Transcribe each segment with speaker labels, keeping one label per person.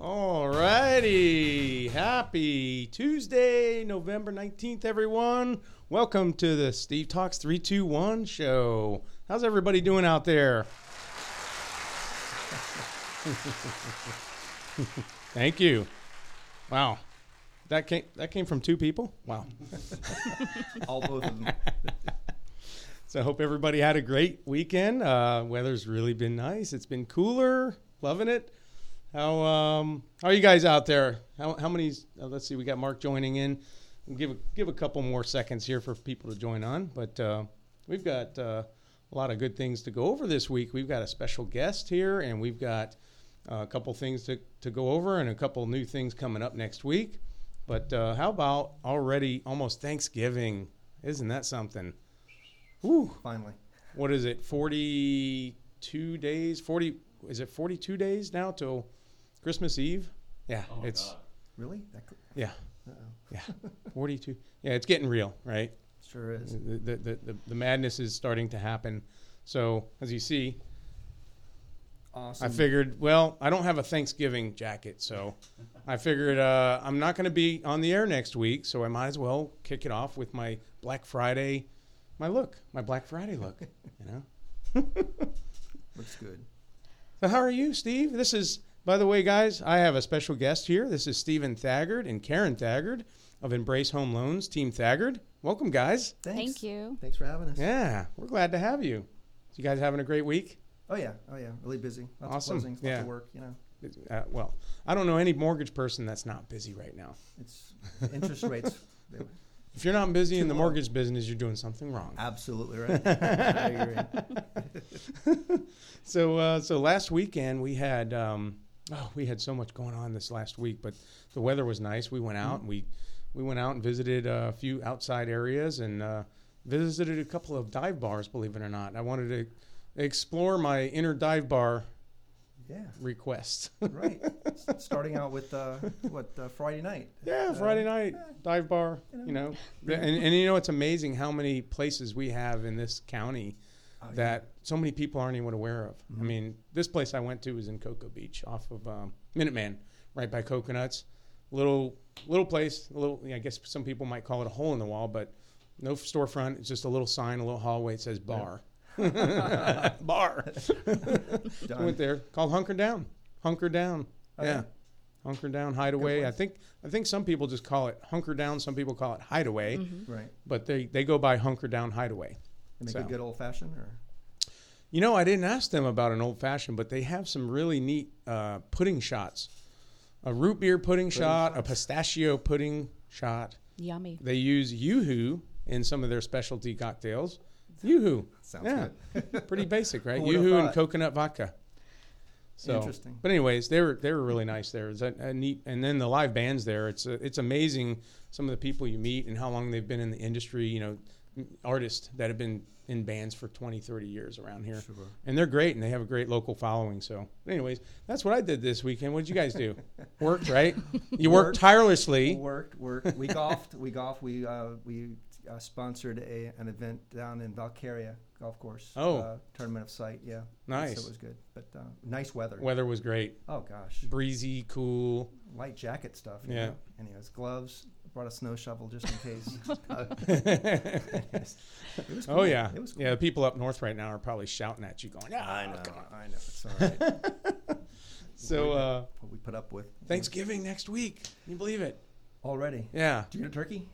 Speaker 1: All righty. Happy Tuesday, November 19th, everyone. Welcome to the Steve Talks 321 show. How's everybody doing out there? Thank you. Wow. That came that came from two people? Wow.
Speaker 2: All both of them.
Speaker 1: So I hope everybody had a great weekend. Uh, weather's really been nice. It's been cooler. Loving it. How um how are you guys out there? How how many? Uh, let's see. We got Mark joining in. We'll give a, give a couple more seconds here for people to join on. But uh, we've got uh, a lot of good things to go over this week. We've got a special guest here, and we've got uh, a couple things to to go over, and a couple new things coming up next week. But uh, how about already almost Thanksgiving? Isn't that something? Whew
Speaker 2: Finally.
Speaker 1: what is it 42 days 40 is it 42 days now till christmas eve yeah it's
Speaker 2: Really? That cl-
Speaker 1: yeah
Speaker 2: Uh-oh.
Speaker 1: yeah 42 yeah it's getting real right
Speaker 2: Sure is.
Speaker 1: the, the, the, the- the madness is starting to happen so as you see
Speaker 2: Awesome.
Speaker 1: i figured well i don't have a thanksgiving jacket so i figured uh, i'm not going to be on the air next week so i might as well kick it off with my black friday my look my black friday look you know
Speaker 2: Looks good.
Speaker 1: So how are you, Steve? This is, by the way, guys, I have a special guest here. This is Stephen Thaggard and Karen Thaggard of Embrace Home Loans, Team Thaggard. Welcome, guys.
Speaker 2: Thanks.
Speaker 3: Thank you.
Speaker 2: Thanks for having us.
Speaker 1: Yeah, we're glad to have you. You guys having a great week?
Speaker 2: Oh yeah. Oh yeah. Really busy. Lots
Speaker 1: Awesome.
Speaker 2: of closings. Lots
Speaker 1: Yeah.
Speaker 2: of work. You know,
Speaker 1: Uh, well, I don't know any mortgage person that's not busy right now.
Speaker 2: it's interest rates. They were
Speaker 1: If you're not busy in
Speaker 2: Too
Speaker 1: the
Speaker 2: low.
Speaker 1: mortgage business, you're doing something wrong.
Speaker 2: absolutely right. I agree.
Speaker 1: so uh, so last weekend we had um, oh we had so much going on this last week, but the weather was nice. We went out and we we went out and visited a few outside areas and uh, visited a couple of dive bars. Believe it or not, I wanted to explore my inner dive bar
Speaker 2: Yeah.
Speaker 1: request.
Speaker 2: Right. S- Starting out with uh, what uh, Friday night.
Speaker 1: yeah,
Speaker 2: Uh,
Speaker 1: Friday night dive bar.
Speaker 2: you
Speaker 1: You know, and and you know it's amazing how many places we have in this county
Speaker 2: oh, yeah. Mm-hmm.
Speaker 1: that so many people aren't even aware of. I mean, this place I went to was in Cocoa Beach, off of um, Minuteman, right by Coconuts. Little little place, a little. yeah, I guess some people might call it a hole in the wall, but no storefront. It's just a little sign, a little hallway. It says bar. bar. I
Speaker 2: Done. Oh,
Speaker 1: went there. Called hunker down. Hunker down.
Speaker 2: Okay.
Speaker 1: Yeah. Hunker down, hideaway. I
Speaker 2: place.
Speaker 1: think I think some people just call it hunker down. Some people call it hideaway,
Speaker 2: Right.
Speaker 1: but they they go by hunker down hideaway.
Speaker 2: And make
Speaker 1: So.
Speaker 2: a good old fashioned or
Speaker 1: You know, I didn't ask them about an old fashioned, but they have some really neat uh, pudding shots. A root beer pudding, shot, a pistachio pudding shot.
Speaker 3: Yummy.
Speaker 1: They use yoo-hoo in some of their specialty cocktails. Yoo-hoo.
Speaker 2: Sounds
Speaker 1: good. pretty basic, right?
Speaker 2: Who would've
Speaker 1: yoo-hoo and
Speaker 2: thought?
Speaker 1: coconut vodka. So,
Speaker 2: Interesting.
Speaker 1: But anyways, they were they were really nice there. It's a, a neat, and then the live bands there. It's a, it's amazing some of the people you meet and how long they've been in the industry. You know, m- artists that have been in bands for 20, 30 years around here,
Speaker 2: Sure.
Speaker 1: and they're great and they have a great local following. So, anyways, that's what I did this weekend. What did you guys do? worked, right? You worked
Speaker 2: Worked.
Speaker 1: tirelessly.
Speaker 2: worked worked. We golfed. We golfed. We uh, we uh, sponsored a an event down in Valkyria golf course.
Speaker 1: Oh.
Speaker 2: uh, tournament of sight. Yeah,
Speaker 1: Nice.
Speaker 2: So it was good, but uh, nice weather.
Speaker 1: Weather was great,
Speaker 2: Oh gosh,
Speaker 1: breezy, cool.
Speaker 2: light jacket stuff. you
Speaker 1: Yeah.
Speaker 2: know? Anyways, gloves. Brought a snow shovel just in case. Uh, It was
Speaker 1: Oh
Speaker 2: cool.
Speaker 1: yeah,
Speaker 2: It was cool.
Speaker 1: yeah. The people up north right now are probably shouting at you, going,
Speaker 2: I
Speaker 1: "Ah,
Speaker 2: know.
Speaker 1: come on."
Speaker 2: I know. It's all right.
Speaker 1: So uh,
Speaker 2: what we put up with.
Speaker 1: Thanksgiving next week. Can you believe it?
Speaker 2: already.
Speaker 1: Yeah,
Speaker 2: Did you get a turkey?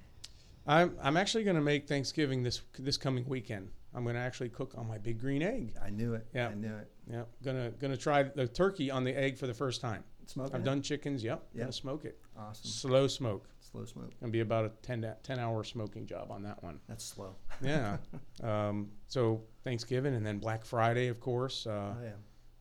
Speaker 1: I'm. I'm actually going to make Thanksgiving this this coming weekend. I'm going to actually cook on my big green egg.
Speaker 2: I knew it.
Speaker 1: Yeah.
Speaker 2: I knew it.
Speaker 1: Yeah, gonna gonna try the turkey on the egg for the first time.
Speaker 2: Smoking.
Speaker 1: I've
Speaker 2: it?
Speaker 1: done chickens. Yep,
Speaker 2: Yeah.
Speaker 1: gonna smoke it.
Speaker 2: Awesome.
Speaker 1: Slow smoke.
Speaker 2: Slow smoke.
Speaker 1: Gonna be about a 10, to- 10 hour smoking job on that one.
Speaker 2: That's slow.
Speaker 1: Yeah. um, so Thanksgiving and then Black Friday, of course. Uh,
Speaker 2: Oh yeah.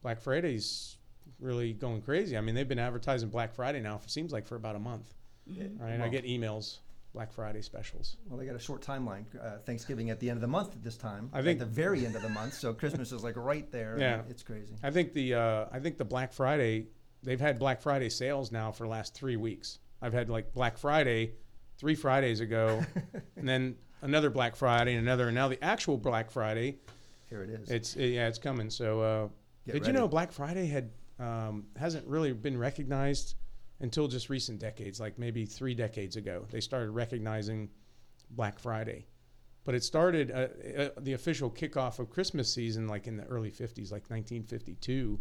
Speaker 1: Black Friday's really going crazy. I mean, they've been advertising Black Friday now. For, seems like for about a month,
Speaker 2: Yeah.
Speaker 1: right? I
Speaker 2: Well.
Speaker 1: get emails Black Friday specials.
Speaker 2: Well, they got a short timeline. Uh, Thanksgiving at the end of the month at this time.
Speaker 1: I think-
Speaker 2: at the very end of the month. So Christmas is like right there. and
Speaker 1: Yeah.
Speaker 2: It's crazy.
Speaker 1: I think the uh, I think the Black Friday they've had Black Friday sales now for the last three weeks. I've had like Black Friday three Fridays ago, and then another Black Friday and another, and now the actual Black Friday.
Speaker 2: Here it is.
Speaker 1: It's yeah, it's coming. So uh,
Speaker 2: Get
Speaker 1: did you know
Speaker 2: ready.
Speaker 1: Black Friday had um, hasn't really been recognized until just recent decades, like maybe three decades ago. They started recognizing Black Friday, but it started uh, uh, the official kickoff of Christmas season, like in the early '50s, like 1952,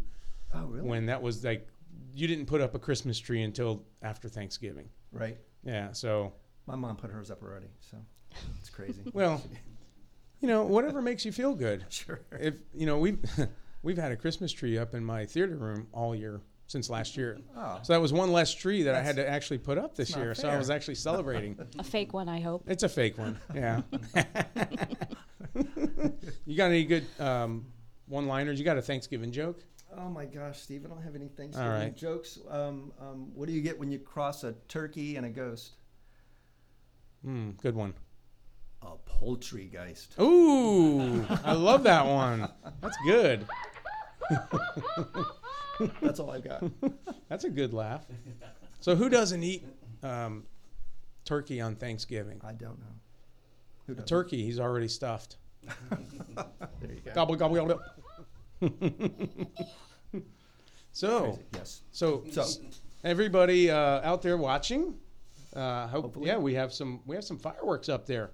Speaker 2: Oh, really?
Speaker 1: when that was like you didn't put up a Christmas tree until after Thanksgiving.
Speaker 2: right.
Speaker 1: Yeah, so
Speaker 2: My mom put hers up already, so it's crazy.
Speaker 1: well, you know, whatever makes you feel good.
Speaker 2: sure.
Speaker 1: If you know, we've we've had a Christmas tree up in my theater room all year since last year.
Speaker 2: Oh,
Speaker 1: So that was one less tree that I had
Speaker 2: That's-
Speaker 1: to actually put up this
Speaker 2: that's not
Speaker 1: year. So I
Speaker 2: fair.
Speaker 1: was actually celebrating.
Speaker 3: A fake one, I hope.
Speaker 1: it's a fake one. Yeah. you got any good um, one-liners? You got a Thanksgiving joke?
Speaker 2: oh my gosh, Steve, I don't have any Thanksgiving
Speaker 1: right.
Speaker 2: jokes. Um, um, what do you get when you cross a turkey and a ghost?
Speaker 1: Hmm, good one.
Speaker 2: A poultry geist.
Speaker 1: Ooh, I love that one. That's good.
Speaker 2: That's all I've got.
Speaker 1: That's a good laugh. So who doesn't eat um, turkey on Thanksgiving?
Speaker 2: I don't know. Who
Speaker 1: A
Speaker 2: does?
Speaker 1: turkey, he's already stuffed.
Speaker 2: There you go.
Speaker 1: Gobble gobble gobble. so,
Speaker 2: Crazy. Yes.
Speaker 1: so
Speaker 2: So,
Speaker 1: everybody uh, out there watching, uh, hope
Speaker 2: Hopefully.
Speaker 1: yeah we have some we have some fireworks up there.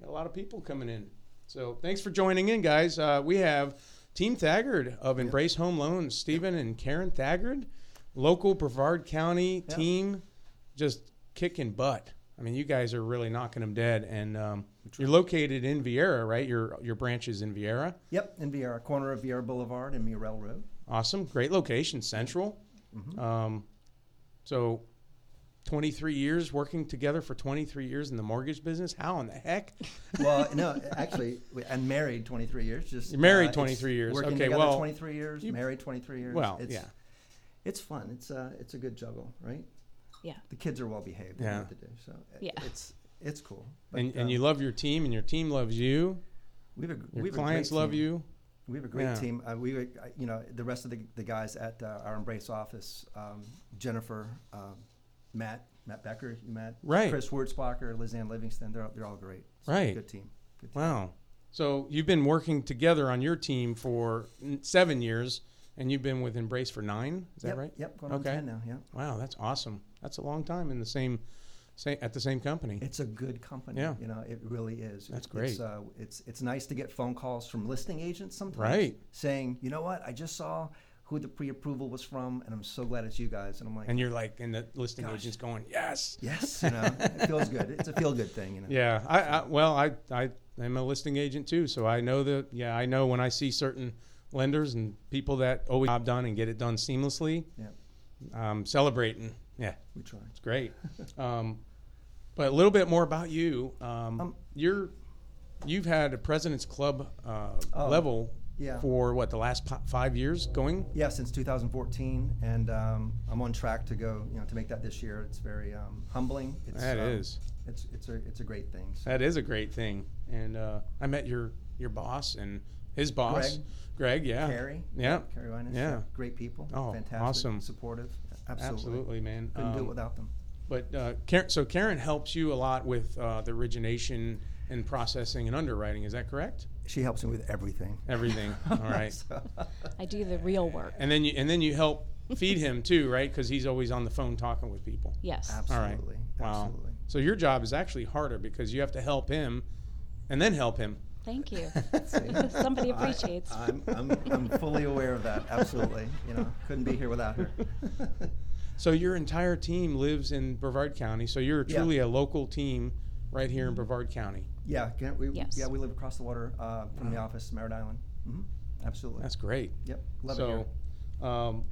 Speaker 1: Got a lot of people coming in. So thanks for joining in, guys. Uh, we have Team Thagard of Embrace Home Loans, Stephen and Karen Thagard, local Brevard County
Speaker 2: Yeah.
Speaker 1: team, just kicking butt. I mean, you guys are really knocking them dead, and um, you're located in Vieira, right? Your your branch is in Vieira.
Speaker 2: yep, in Vieira, corner of Vieira Boulevard and Murrell Road.
Speaker 1: Awesome. Great location, central.
Speaker 2: Mm-hmm.
Speaker 1: Um, so 23 years working together for 23 years in the mortgage business. How in the heck?
Speaker 2: Well, no, actually, we- and married 23 years. Just uh,
Speaker 1: You're married
Speaker 2: it's
Speaker 1: 23 years.
Speaker 2: Working
Speaker 1: Okay,
Speaker 2: together
Speaker 1: well,
Speaker 2: 23 years.
Speaker 1: you-
Speaker 2: married 23 years.
Speaker 1: well,
Speaker 2: it's,
Speaker 1: yeah.
Speaker 2: It's fun. It's uh, it's a good juggle, right?
Speaker 3: Yeah.
Speaker 2: The kids are well behaved. They
Speaker 1: Yeah.
Speaker 2: know what to do. So it-
Speaker 3: Yeah.
Speaker 2: it's it's cool.
Speaker 1: and, and
Speaker 2: um,
Speaker 1: you love your team, and your team loves you.
Speaker 2: we have a,
Speaker 1: Your
Speaker 2: we have a great
Speaker 1: clients love
Speaker 2: team.
Speaker 1: you.
Speaker 2: We have a great
Speaker 1: Yeah.
Speaker 2: team. Uh, we, were, uh, you know, the rest of the, the guys at uh, our Embrace office, um, Jennifer, um, Matt, Matt Becker, you met,
Speaker 1: Right.
Speaker 2: Chris Wurzbacher, Lizanne Livingston. They're all- they're all great.
Speaker 1: Right.
Speaker 2: Good team. Good team.
Speaker 1: Wow. So you've been working together on your team for n- seven years, and you've been with Embrace for nine. Is that
Speaker 2: yep,
Speaker 1: right?
Speaker 2: Yep. Going on
Speaker 1: Okay.
Speaker 2: ten now. Yeah.
Speaker 1: Wow, that's awesome. That's a long time in the same, same at the same company.
Speaker 2: It's a good company.
Speaker 1: Yeah.
Speaker 2: You know, it really is.
Speaker 1: That's
Speaker 2: It's,
Speaker 1: great.
Speaker 2: uh, it's it's nice to get phone calls from listing agents sometimes,
Speaker 1: Right.
Speaker 2: Saying, you know what, I just saw who the pre-approval was from, and I'm so glad it's you guys. And I'm like,
Speaker 1: and you're like, and the listing
Speaker 2: Gosh.
Speaker 1: agent's going, yes.
Speaker 2: yes, you know, it feels good. It's a feel-good thing, you know.
Speaker 1: Yeah, I, I well, I I am a listing agent too, so I know that. Yeah, I know when I see certain lenders and people that always get the job done and get it done seamlessly.
Speaker 2: Yeah.
Speaker 1: um, celebrating. Yeah,
Speaker 2: We try.
Speaker 1: it's great. um, but a little bit more about you. Um,
Speaker 2: Um,
Speaker 1: you're you've had a president's club uh,
Speaker 2: Oh,
Speaker 1: level
Speaker 2: yeah.
Speaker 1: for what the last po- five years going.
Speaker 2: Yeah, since 2014, and um, I'm on track to go, you know, to make that this year. It's very um, humbling. It's,
Speaker 1: That
Speaker 2: um,
Speaker 1: is.
Speaker 2: It's it's a it's a great thing. So,
Speaker 1: That is a great thing. And uh, I met your your boss and his boss, Greg. yeah.
Speaker 2: Carrie.
Speaker 1: Yeah.
Speaker 2: Carrie Reines,
Speaker 1: Yeah.
Speaker 2: Great people.
Speaker 1: Oh,
Speaker 2: fantastic.
Speaker 1: awesome.
Speaker 2: Supportive. Absolutely.
Speaker 1: Absolutely, man.
Speaker 2: Couldn't do
Speaker 1: Um,
Speaker 2: it without them.
Speaker 1: But uh, Karen, so Karen helps you a lot with uh, the origination and processing and underwriting. Is that correct?
Speaker 2: She helps me with everything.
Speaker 1: Everything. All right.
Speaker 2: So-
Speaker 3: I do the real work.
Speaker 1: And then you and then you help feed him too, right? Because he's always on the phone talking with people.
Speaker 3: Yes.
Speaker 2: absolutely.
Speaker 1: Wow.
Speaker 2: Absolutely.
Speaker 1: So your job is actually harder because you have to help him, and then help him.
Speaker 3: Thank you.
Speaker 2: See?
Speaker 3: Somebody
Speaker 2: I-
Speaker 3: appreciates.
Speaker 2: I'm, I'm, I'm fully aware of that. Absolutely. You know, couldn't be here without her.
Speaker 1: So your entire team lives in Brevard County. So you're
Speaker 2: Yeah. Mm-hmm.
Speaker 1: truly a local team right here in Brevard County.
Speaker 2: yeah. Can we,
Speaker 3: Yes.
Speaker 2: Yeah. We live across the water uh, from the office, Merritt Island. hmm Absolutely.
Speaker 1: That's great.
Speaker 2: Yep. Love it here.
Speaker 1: so, um,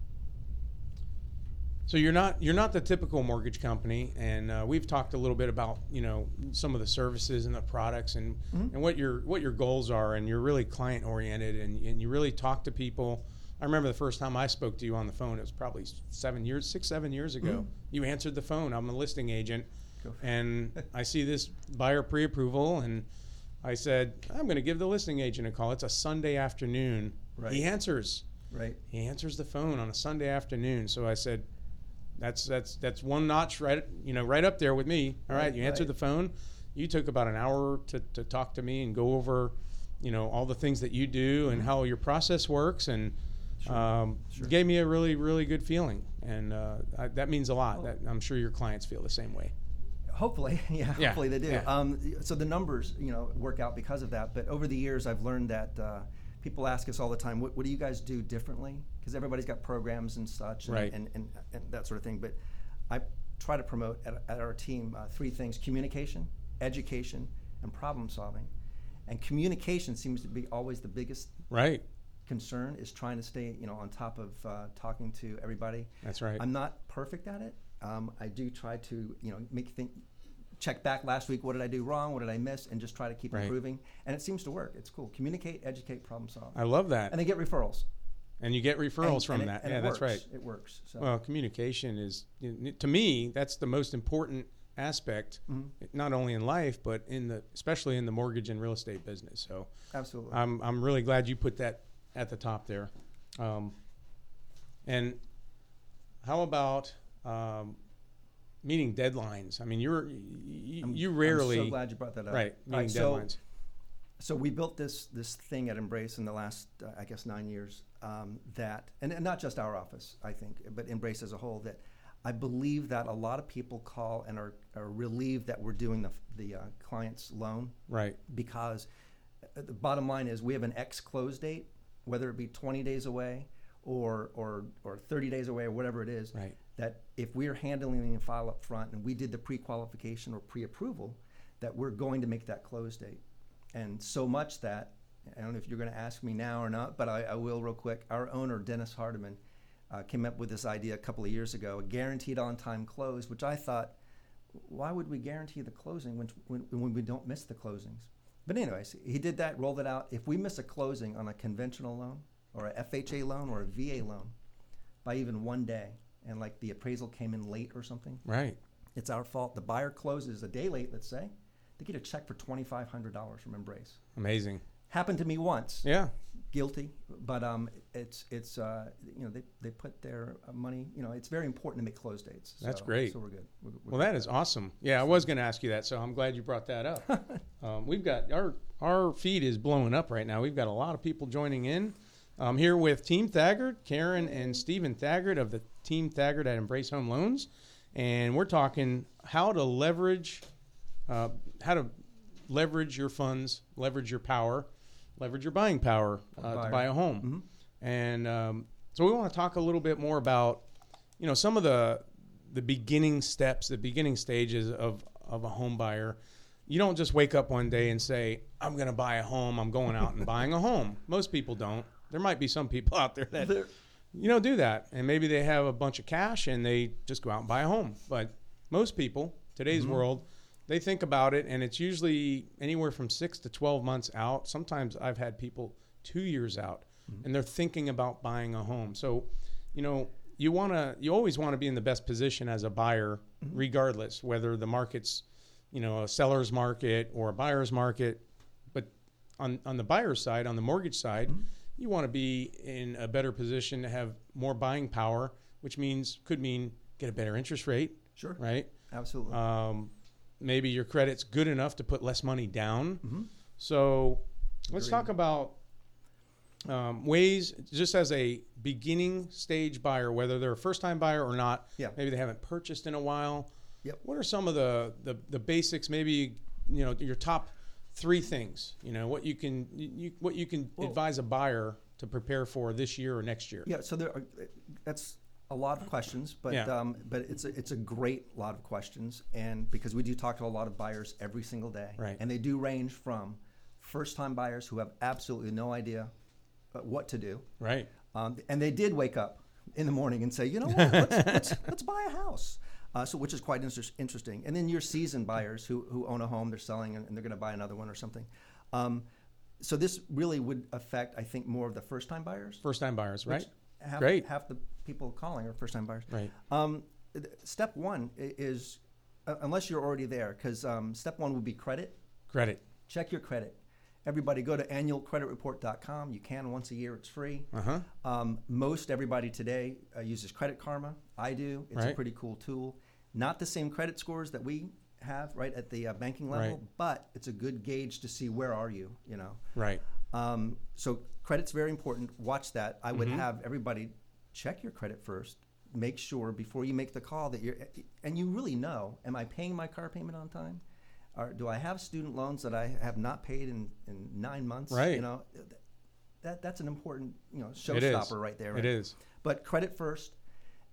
Speaker 1: so you're not you're not the typical mortgage company, and uh, we've talked a little bit about you know some of the services and the products and
Speaker 2: Mhm.
Speaker 1: and what your what your goals are, and you're really client oriented, and, and you really talk to people. I remember the first time I spoke to you on the phone. It was probably seven years, six seven years ago.
Speaker 2: Mm-hmm.
Speaker 1: You answered the phone. I'm a listing agent,
Speaker 2: Go.
Speaker 1: and I see this buyer pre-approval, and I said I'm going to give the listing agent a call. It's a Sunday afternoon.
Speaker 2: Right.
Speaker 1: He answers.
Speaker 2: Right.
Speaker 1: He answers the phone on a Sunday afternoon. So I said, "That's that's that's one notch right you know right up there with me." All right,
Speaker 2: Right,
Speaker 1: you answered
Speaker 2: right.
Speaker 1: the phone. You took about an hour to, to
Speaker 2: Mm-hmm.
Speaker 1: talk to me and go over, you know, all the things that you do and how your process works and um, gave me a really really good feeling, and uh, I, that means a lot. That, I'm sure your clients feel the same way.
Speaker 2: Hopefully, yeah,
Speaker 1: Yeah,
Speaker 2: hopefully they do.
Speaker 1: yeah.
Speaker 2: Um, so the numbers, you know, work out because of that. But over the years, I've learned that uh, people ask us all the time, "What, what do you guys do differently?" Because everybody's got programs and such, and,
Speaker 1: Right.
Speaker 2: and, and, and that sort of thing. But I try to promote at, at our team uh, three things: communication, education, and problem solving. And communication seems to be always the biggest
Speaker 1: Right.
Speaker 2: concern is trying to stay you know on top of uh, talking to everybody
Speaker 1: That's right.
Speaker 2: i'm not perfect at it um, i do try to you know make think check back last week what did i do wrong what did i miss and just try to keep
Speaker 1: Right.
Speaker 2: improving and it seems to work it's cool communicate educate problem solve
Speaker 1: I love that.
Speaker 2: and they get referrals
Speaker 1: And you get referrals
Speaker 2: And-
Speaker 1: from
Speaker 2: and it-
Speaker 1: that.
Speaker 2: and it
Speaker 1: yeah, that's right.
Speaker 2: works. it works so
Speaker 1: Well, uh, communication is to me that's the most important aspect,
Speaker 2: Mm-hmm.
Speaker 1: not only in life but in the especially in the mortgage and real estate business. So
Speaker 2: absolutely
Speaker 1: I'm I'm really glad you put that at the top there. Um, and how about um, meeting deadlines? I mean, you're you, you rarely
Speaker 2: I'm so glad you brought that up
Speaker 1: right
Speaker 2: All
Speaker 1: meeting
Speaker 2: so-
Speaker 1: deadlines.
Speaker 2: so we built this this thing at Embrace in the last, uh, I guess, nine years. Um, that, and, and not just our office, I think, but Embrace as a whole. That I believe that a lot of people call and are, are relieved that we're doing the the uh, client's loan
Speaker 1: Right,
Speaker 2: because uh, the bottom line is we have an X close date, whether it be 20 days away or or or 30 days away or whatever it is.
Speaker 1: Right.
Speaker 2: That if we're handling the file up front and we did the pre-qualification or pre-approval, that we're going to make that close date, and so much that I don't know if you're going to ask me now or not, but I, I will real quick. Our owner Dennis Hardiman uh, came up with this idea a couple of years ago, a guaranteed on-time close, which I thought why would we guarantee the closing when, when, when we don't miss the closings? But anyways, he did that, rolled it out. If we miss a closing on a conventional loan or a FHA loan or a VA loan by even one day, and like the appraisal came in late or something,
Speaker 1: right.
Speaker 2: it's our fault. The buyer closes a day late, let's say, they get a check for twenty five hundred dollars from Embrace.
Speaker 1: Amazing.
Speaker 2: Happened to me once,
Speaker 1: Yeah,
Speaker 2: guilty, but um, it's it's uh, you know they, they put their uh, money. You know it's very important to make close dates.
Speaker 1: That's
Speaker 2: So-
Speaker 1: great.
Speaker 2: So we're good. We're, we're
Speaker 1: Well, that is awesome. Yeah, I was going to ask you that, so I'm glad you brought that up. um, we've got our our feed is blowing up right now. We've got a lot of people joining in. I'm here with Team Thagard, Karen and Stephen Thagard of the Team Thagard at Embrace Home Loans, and we're talking how to leverage uh, how to leverage your funds, leverage your power, leverage your buying power uh, to
Speaker 2: buyer.
Speaker 1: buy a home. And um, so we want to talk a little bit more about, you know, some of the the beginning steps, the beginning stages of of a home buyer. You don't just wake up one day and say, "I'm going to buy a home. I'm going out and buying a home." Most people don't. There might be some people out there that you know do that, and maybe they have a bunch of cash and they just go out and buy a home. But most people today's world, they think about it, and it's usually anywhere from six to twelve months out. Sometimes I've had people two years out, and they're thinking about buying a home. So, you know, you want to, you always want to be in the best position as a buyer, regardless whether the market's, you know, a seller's market or a buyer's market. But on on the buyer's side, on the mortgage side, you want to be in a better position to have more buying power, which means could mean get a better interest rate,
Speaker 2: Sure.
Speaker 1: right?
Speaker 2: Absolutely.
Speaker 1: Um, maybe your credit's good enough to put less money down.
Speaker 2: Mm-hmm.
Speaker 1: So let's talk about um, ways, just as a beginning stage buyer, whether they're a first time buyer or not.
Speaker 2: Yeah.
Speaker 1: Maybe they haven't purchased in a while.
Speaker 2: Yep.
Speaker 1: What are some of the, the, the basics? Maybe you know your top three things. You know what you can you, you- what you can advise a buyer to prepare for this year or next year.
Speaker 2: Yeah, so there are, that's a lot of questions, but
Speaker 1: Yeah.
Speaker 2: um, but it's a, it's a great lot of questions, and because we do talk to a lot of buyers every single day,
Speaker 1: Right.
Speaker 2: And they do range from first time buyers who have absolutely no idea uh, what to do,
Speaker 1: Right.
Speaker 2: um, and they did wake up in the morning and say, you know what, let's, let's, let's buy a house. Uh, so, which is quite inter- interesting. And then your seasoned buyers who, who own a home, they're selling and, and they're going to buy another one or something. Um, so, this really would affect, I think, more of the first time buyers
Speaker 1: First time buyers. Right.
Speaker 2: which Half,
Speaker 1: Great.
Speaker 2: Half the people calling are first-time buyers.
Speaker 1: Right.
Speaker 2: Um, th- step one i- is, uh, unless you're already there, because um, step one would be credit.
Speaker 1: Credit.
Speaker 2: Check your credit. Everybody, go to annualcreditreport.com. You can once a year; it's free.
Speaker 1: Uh huh.
Speaker 2: Um, most everybody today uh, uses Credit Karma. I do. It's a
Speaker 1: Right.
Speaker 2: pretty cool tool. Not the same credit scores that we have right at the uh, banking level,
Speaker 1: Right.
Speaker 2: but it's a good gauge to see where are you. You know.
Speaker 1: Right.
Speaker 2: Um, so credit's very important. Watch that. I
Speaker 1: Mm-hmm.
Speaker 2: would have everybody check your credit first. Make sure before you make the call that you're, and you really know, am I paying my car payment on time? Or do I have student loans that I have not paid in, in nine months?
Speaker 1: Right.
Speaker 2: You know, that that's an important you know
Speaker 1: It is.
Speaker 2: showstopper right there.
Speaker 1: It is.
Speaker 2: But credit first,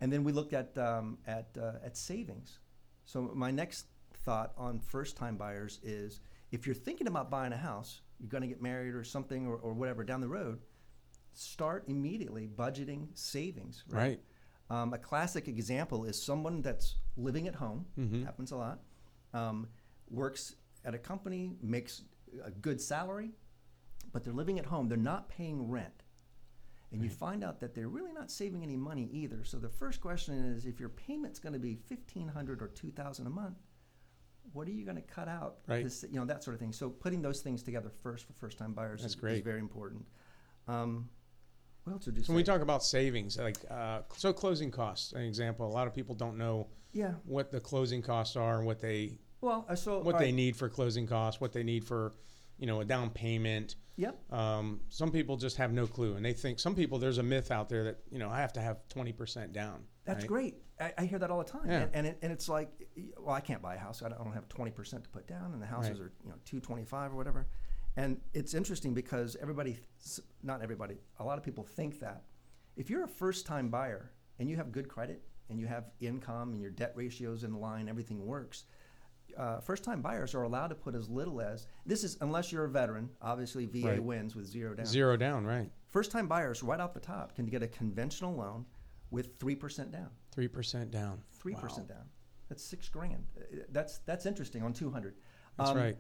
Speaker 2: and then we looked at um, at uh, at savings. So my next thought on first time buyers is if you're thinking about buying a house, you're going to get married or something or, or whatever down the road, start immediately budgeting savings.
Speaker 1: Right.
Speaker 2: Um, a classic example is someone that's living at home,
Speaker 1: Mm-hmm.
Speaker 2: happens a lot, um, works at a company, makes a good salary, but they're living at home. They're not paying rent. And you find out that they're really not saving any money either. So the first question is if your payment's going to be 1500 or 2000 a month, what are you going to cut out?
Speaker 1: Right.
Speaker 2: This, you know, that sort of thing. So putting those things together first for first time buyers
Speaker 1: That's
Speaker 2: is, is
Speaker 1: great.
Speaker 2: very important. Um, what else would you
Speaker 1: So when we
Speaker 2: say?
Speaker 1: talk about savings, like uh, so closing costs, an example. A lot of people don't know
Speaker 2: yeah.
Speaker 1: what the closing costs are and what they
Speaker 2: Well, uh, so
Speaker 1: what
Speaker 2: all
Speaker 1: they
Speaker 2: right.
Speaker 1: need for closing costs, what they need for you know a down payment.
Speaker 2: Yep.
Speaker 1: Um, some people just have no clue, and they think some people there's a myth out there that you know I have to have twenty percent down.
Speaker 2: That's
Speaker 1: right?
Speaker 2: great. I, I hear that all the time,
Speaker 1: Yeah.
Speaker 2: and and, it, and it's like, well, I can't buy a house. I don't, I don't have twenty percent to put down, and the houses
Speaker 1: Right.
Speaker 2: are you know two twenty five or whatever. And it's interesting because everybody, th- s- not everybody, a lot of people think that if you're a first time buyer and you have good credit and you have income and your debt ratios in line, everything works. Uh, first time buyers are allowed to put as little as this is unless you're a veteran. Obviously, VA
Speaker 1: Right.
Speaker 2: wins with zero down.
Speaker 1: Zero down, right?
Speaker 2: First time buyers, right off the top, can get a conventional loan with three percent down
Speaker 1: Three percent down.
Speaker 2: three
Speaker 1: Wow.
Speaker 2: percent down. That's six grand. Uh, That's that's interesting on two hundred.
Speaker 1: That's
Speaker 2: Um,
Speaker 1: right.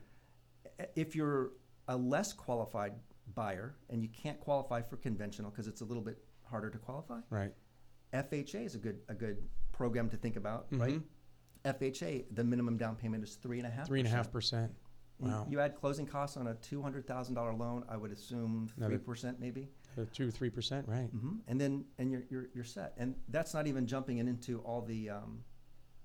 Speaker 2: If you're a less qualified buyer and you can't qualify for conventional because it's a little bit harder to qualify,
Speaker 1: Right.
Speaker 2: FHA is a good a good program to think about,
Speaker 1: Mm-hmm.
Speaker 2: right? FHA, the minimum down payment is three and a half.
Speaker 1: Three and a half percent.
Speaker 2: You-
Speaker 1: Wow.
Speaker 2: You add closing costs on a two hundred thousand dollar loan. I would assume
Speaker 1: Another-
Speaker 2: three percent maybe.
Speaker 1: So Two, three percent, right?
Speaker 2: hmm And then and you're, you're you're set. And that's not even jumping in into all the, um,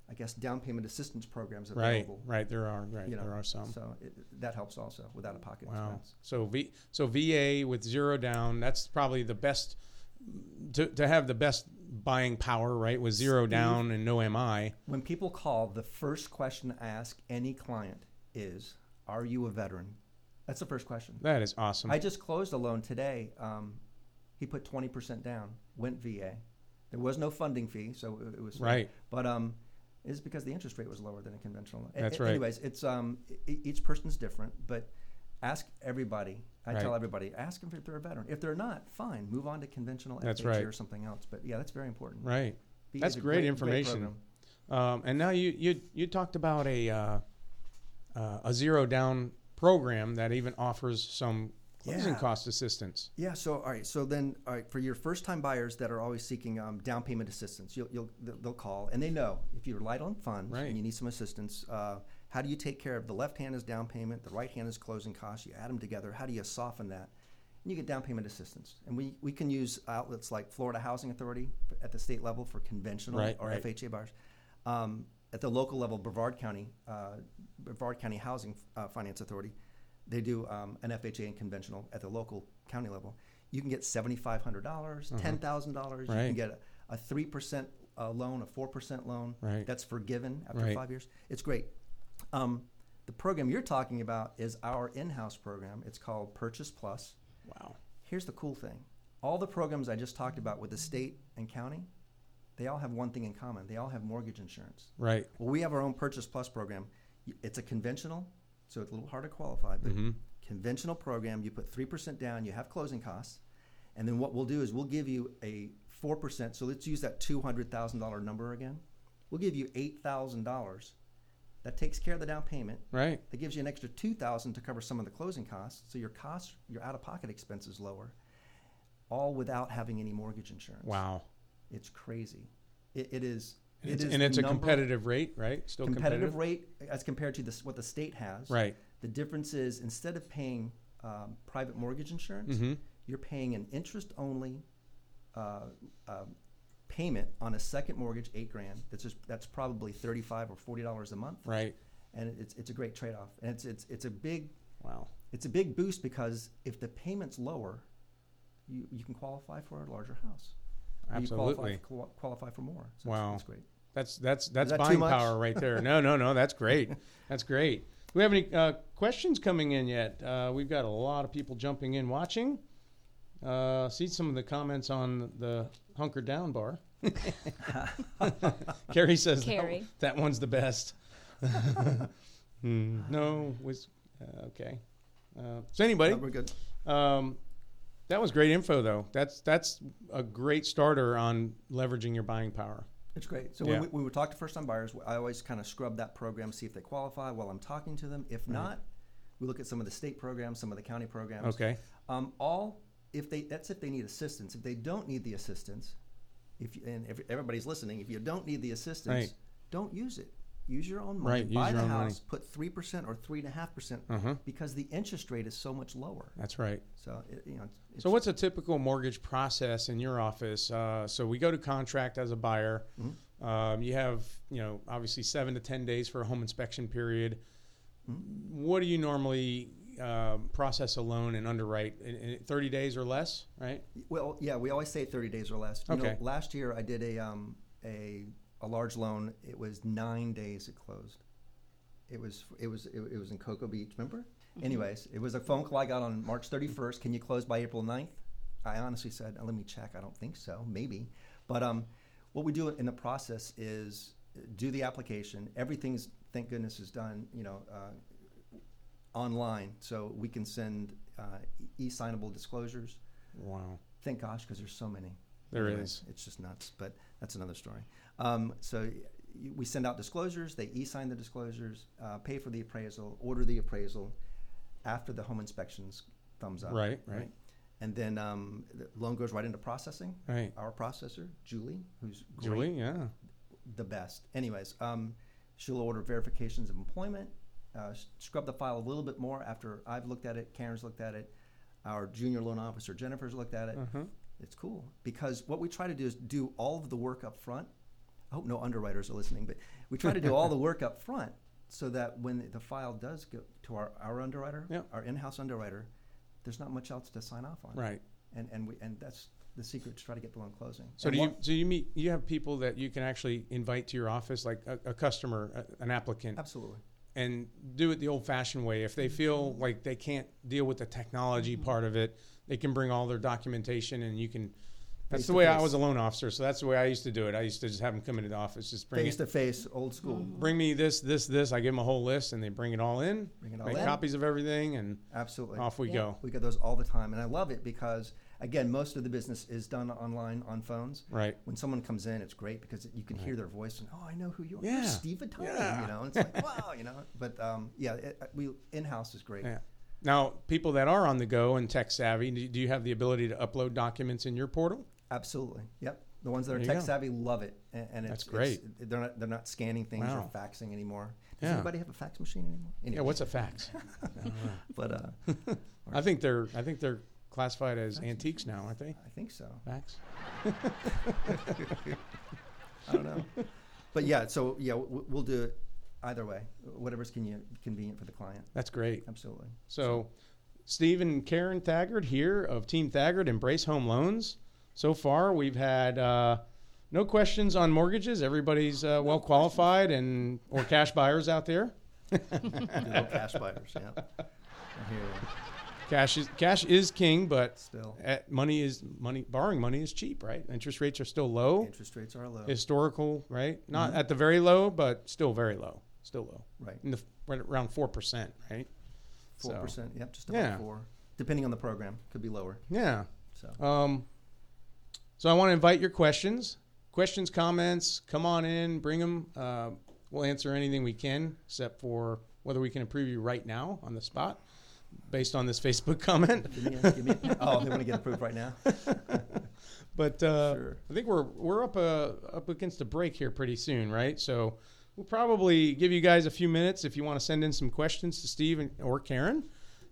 Speaker 2: I guess, down payment assistance programs
Speaker 1: Right.
Speaker 2: available.
Speaker 1: Right. There are. Right.
Speaker 2: you know,
Speaker 1: there are some.
Speaker 2: So it, that helps also without a pocket
Speaker 1: Wow.
Speaker 2: expense.
Speaker 1: So V so VA with zero down, that's probably the best to, to have the best buying power, right? With zero down and no MI.
Speaker 2: When people call, the first question I ask any client is, "Are you a veteran?" That's the first question.
Speaker 1: That is awesome.
Speaker 2: I just closed a loan today. Um, he put twenty percent down. Went VA. There was no funding fee, so it, it was free.
Speaker 1: Right.
Speaker 2: But um, it's because the interest rate was lower than a conventional loan. A-
Speaker 1: That's
Speaker 2: a-
Speaker 1: right.
Speaker 2: Anyways, it's um, e- each person's different, but ask everybody. I tell
Speaker 1: Right.
Speaker 2: everybody, ask them if they're a veteran. If they're not, fine, move on to conventional
Speaker 1: That's
Speaker 2: FHA
Speaker 1: right.
Speaker 2: or something else. But yeah, that's very important.
Speaker 1: right.
Speaker 2: VA is
Speaker 1: That's
Speaker 2: a
Speaker 1: great, information.
Speaker 2: program.
Speaker 1: um, and now you you you talked about a uh, uh, a zero down program that even offers some closing
Speaker 2: Yeah.
Speaker 1: cost assistance.
Speaker 2: Yeah. So all right. So then, all right, for your first-time buyers that are always seeking um, down payment assistance, you'll, you'll they'll they'll call and they know if you're light on funds
Speaker 1: Right.
Speaker 2: and you need some assistance. Uh, how do you take care of the left hand is down payment, the right hand is closing costs. You add them together. How do you soften that? And you get down payment assistance. And we, we can use outlets like Florida Housing Authority f- at the state level for conventional
Speaker 1: Right,
Speaker 2: or
Speaker 1: right.
Speaker 2: FHA buyers. Um, at the local level, Brevard County, uh, Brevard County Housing uh, Finance Authority, they do um, an FHA and conventional at the local county level. You can get seventy five hundred dollars, ten thousand dollars. You
Speaker 1: Mm-hmm. Right.
Speaker 2: can get a three percent uh, loan, a four percent loan.
Speaker 1: Right.
Speaker 2: That's forgiven after
Speaker 1: Right.
Speaker 2: five years. It's great. Um, the program you're talking about is our in house program. It's called Purchase Plus.
Speaker 1: Wow.
Speaker 2: Here's the cool thing all the programs I just talked about with the state and county, they all have one thing in common they all have mortgage insurance.
Speaker 1: Right.
Speaker 2: Well, we have our own Purchase Plus program. Y- It's a conventional, so it's a little hard to qualify, but
Speaker 1: Mm-hmm.
Speaker 2: conventional program, you put 3% down, you have closing costs. And then what we'll do is we'll give you a 4%. So let's use that $200,000 number again. We'll give you $8,000. That takes care of the down payment.
Speaker 1: Right.
Speaker 2: That gives you an extra 2000 to cover some of the closing costs. So your costs, your out of pocket expenses lower, all without having any mortgage insurance.
Speaker 1: Wow.
Speaker 2: It's crazy. It, it is.
Speaker 1: And
Speaker 2: it
Speaker 1: it's,
Speaker 2: is
Speaker 1: and
Speaker 2: the
Speaker 1: it's a
Speaker 2: number-
Speaker 1: competitive rate, right? Still
Speaker 2: competitive rate as compared to this, what the state has.
Speaker 1: Right.
Speaker 2: The difference is instead of paying um, private mortgage insurance,
Speaker 1: Mm-hmm.
Speaker 2: you're paying an interest only uh, um payment on a second mortgage, eight grand. That's just that's probably thirty five or forty dollars a month,
Speaker 1: Right.
Speaker 2: and it's it's a great trade off, and it's it's it's a big
Speaker 1: Wow.
Speaker 2: It's a big boost because if the payment's lower, you, you can qualify for a larger house. Or You
Speaker 1: Absolutely.
Speaker 2: qualify, qual- qualify for more. So it's-
Speaker 1: Wow.
Speaker 2: It's great.
Speaker 1: That's that's that's
Speaker 2: that too
Speaker 1: buying
Speaker 2: much?
Speaker 1: power right there. No, no, no. That's great. That's great. Do we have any uh, questions coming in yet? Uh, we've got a lot of people jumping in, watching. Uh, see some of the comments on the hunker down bar. Carrie says that-
Speaker 3: Carrie.
Speaker 1: That, one's the best. Hmm, no, was uh, okay. Uh, so anybody,
Speaker 2: Uh, we're good.
Speaker 1: um, that was great info though. That's that's a great starter on leveraging your buying power.
Speaker 2: It's great. So
Speaker 1: Yeah.
Speaker 2: when we, we would talk to first-time buyers, I always kind of scrub that program, see if they qualify while I'm talking to them. If
Speaker 1: Mm-hmm.
Speaker 2: not, we look at some of the state programs, some of the county programs.
Speaker 1: Okay.
Speaker 2: Um, all if they that's if they need assistance. If they don't need the assistance, if you, and if everybody's listening, if you don't need the assistance,
Speaker 1: Right.
Speaker 2: don't use it. Use your own money.
Speaker 1: Right, use
Speaker 2: Buy
Speaker 1: your
Speaker 2: the
Speaker 1: own money.
Speaker 2: house. Put three percent or three and a half percent
Speaker 1: Uh-huh.
Speaker 2: because the interest rate is so much lower.
Speaker 1: That's right.
Speaker 2: So it, you know. It's, it's,
Speaker 1: So, what's a typical mortgage process in your office? Uh, so, we go to contract as a buyer.
Speaker 2: Mm-hmm.
Speaker 1: Um, you have, you know, obviously seven to ten days for a home inspection period.
Speaker 2: Mm-hmm.
Speaker 1: What do you normally um, process a loan and underwrite? In, in Thirty days or less, right?
Speaker 2: Well, yeah, we always say 30 days or less. You
Speaker 1: Okay.
Speaker 2: know, last year I did a um, a a large loan. It was nine days it closed. It was it was it, it was in Cocoa Beach. Remember? Anyways, it was a phone call I got on March 31st. Can you close by April 9th? I honestly said, "Uh, let me check. I don't think so. Maybe, but um, what we do in the process is uh, do the application. Everything's thank goodness is done. You know, uh, online, so we can send uh, e-signable disclosures.
Speaker 1: Wow,
Speaker 2: Thank gosh, because there's so many.
Speaker 1: There
Speaker 2: There is.
Speaker 1: is.
Speaker 2: It's just nuts, but that's another story. Um, so y- we send out disclosures. They e-sign the disclosures, uh, pay for the appraisal, order the appraisal. After the home inspections, thumbs up.
Speaker 1: Right, right.
Speaker 2: And then um, the loan goes right into processing.
Speaker 1: Right.
Speaker 2: Our processor, Julie, who's great,
Speaker 1: Julie, yeah,
Speaker 2: the best. Anyways, um, she'll order verifications of employment, uh, s- scrub the file a little bit more after I've looked at it, Karen's looked at it, our junior loan officer Jennifer's looked at it.
Speaker 1: Mm-hmm.
Speaker 2: It's cool because what we try to do is do all of the work up front. I hope no underwriters are listening, but we try to do all the work up front so that when the file does go to our, our underwriter,
Speaker 1: Yep.
Speaker 2: our in-house underwriter, there's not much else to sign off on.
Speaker 1: right.
Speaker 2: And and we and that's the secret to try to get the loan closing.
Speaker 1: So,
Speaker 2: And
Speaker 1: do
Speaker 2: one-
Speaker 1: you so you meet you have people that you can actually invite to your office, like a, a customer, a, an applicant,
Speaker 2: absolutely.
Speaker 1: and do it the old fashioned way. If they feel like they can't deal with the technology
Speaker 2: Mm-hmm.
Speaker 1: part of it, they can bring all their documentation and you can. That's
Speaker 2: Face
Speaker 1: the
Speaker 2: to
Speaker 1: way I
Speaker 2: face.
Speaker 1: was a loan officer, so that's the way I used to do it. I used to just have them come into the office, just bring
Speaker 2: face
Speaker 1: it,
Speaker 2: to face, old school.
Speaker 1: bring me this, this, this. I give them a whole list, and they bring it all in,
Speaker 2: Bring it all
Speaker 1: make
Speaker 2: in.
Speaker 1: copies of everything, and
Speaker 2: Absolutely.
Speaker 1: off we
Speaker 3: Yeah.
Speaker 1: go.
Speaker 2: We get those all the time, and I love it because again, most of the business is done online on phones.
Speaker 1: Right.
Speaker 2: When someone comes in, it's great because you can hear their voice and oh, I know who you are.
Speaker 1: Yeah.
Speaker 2: You're Steve Vitale,
Speaker 1: Yeah.
Speaker 2: you know. And it's like wow, you know. But um, yeah, it, uh, we in house is great.
Speaker 1: Yeah. Now, people that are on the go and tech savvy, do do you have the ability to upload documents in your portal?
Speaker 2: Absolutely. Yep. The ones that are
Speaker 1: There you
Speaker 2: tech
Speaker 1: go.
Speaker 2: savvy love it, and, and
Speaker 1: That's
Speaker 2: it's
Speaker 1: great.
Speaker 2: It's, they're not they're not scanning things
Speaker 1: Wow.
Speaker 2: or faxing anymore. Does
Speaker 1: Yeah.
Speaker 2: anybody have a fax machine anymore?
Speaker 1: Yeah.
Speaker 2: Anyway,
Speaker 1: What's a fax?
Speaker 2: but uh,
Speaker 1: I think they're I think they're classified as antiques now, aren't they?
Speaker 2: I think so.
Speaker 1: Fax.
Speaker 2: I don't know. but yeah, so yeah, w- we'll do it either way, whatever's conven- convenient for the client.
Speaker 1: That's great.
Speaker 2: Absolutely.
Speaker 1: So, Steve and Karen Thaggard here of Team Thaggard Embrace Home Loans. So far, we've had uh, no questions on mortgages. Everybody's uh, well qualified and or cash buyers out there.
Speaker 2: Good old cash buyers. Yeah. I hear you.
Speaker 1: Cash is cash is king, but
Speaker 2: Still.
Speaker 1: eh, money is money. Borrowing money is cheap, right? Interest rates are still low.
Speaker 2: Interest rates are low. Mm-hmm.
Speaker 1: Historical, right? Not at the very low, but still very low. Still low.
Speaker 2: Right.
Speaker 1: In the f- right around four percent, right? So,
Speaker 2: Four percent. Yep. Just about
Speaker 1: uh, Yeah.
Speaker 2: four. Depending on the program, could be lower.
Speaker 1: Yeah.
Speaker 2: So
Speaker 1: Um, so I want to invite your questions, questions, comments. Come on in, bring them. Uh, we'll answer anything we can, except for whether we can approve you right now on the spot, based on this Facebook comment.
Speaker 2: give me. A, give me a, oh, they want to get approved right now.
Speaker 1: But uh,
Speaker 2: Sure.
Speaker 1: I think we're we're up uh, up against a break here pretty soon, right? So we'll probably give you guys a few minutes if you want to send in some questions to Steve and, or Karen,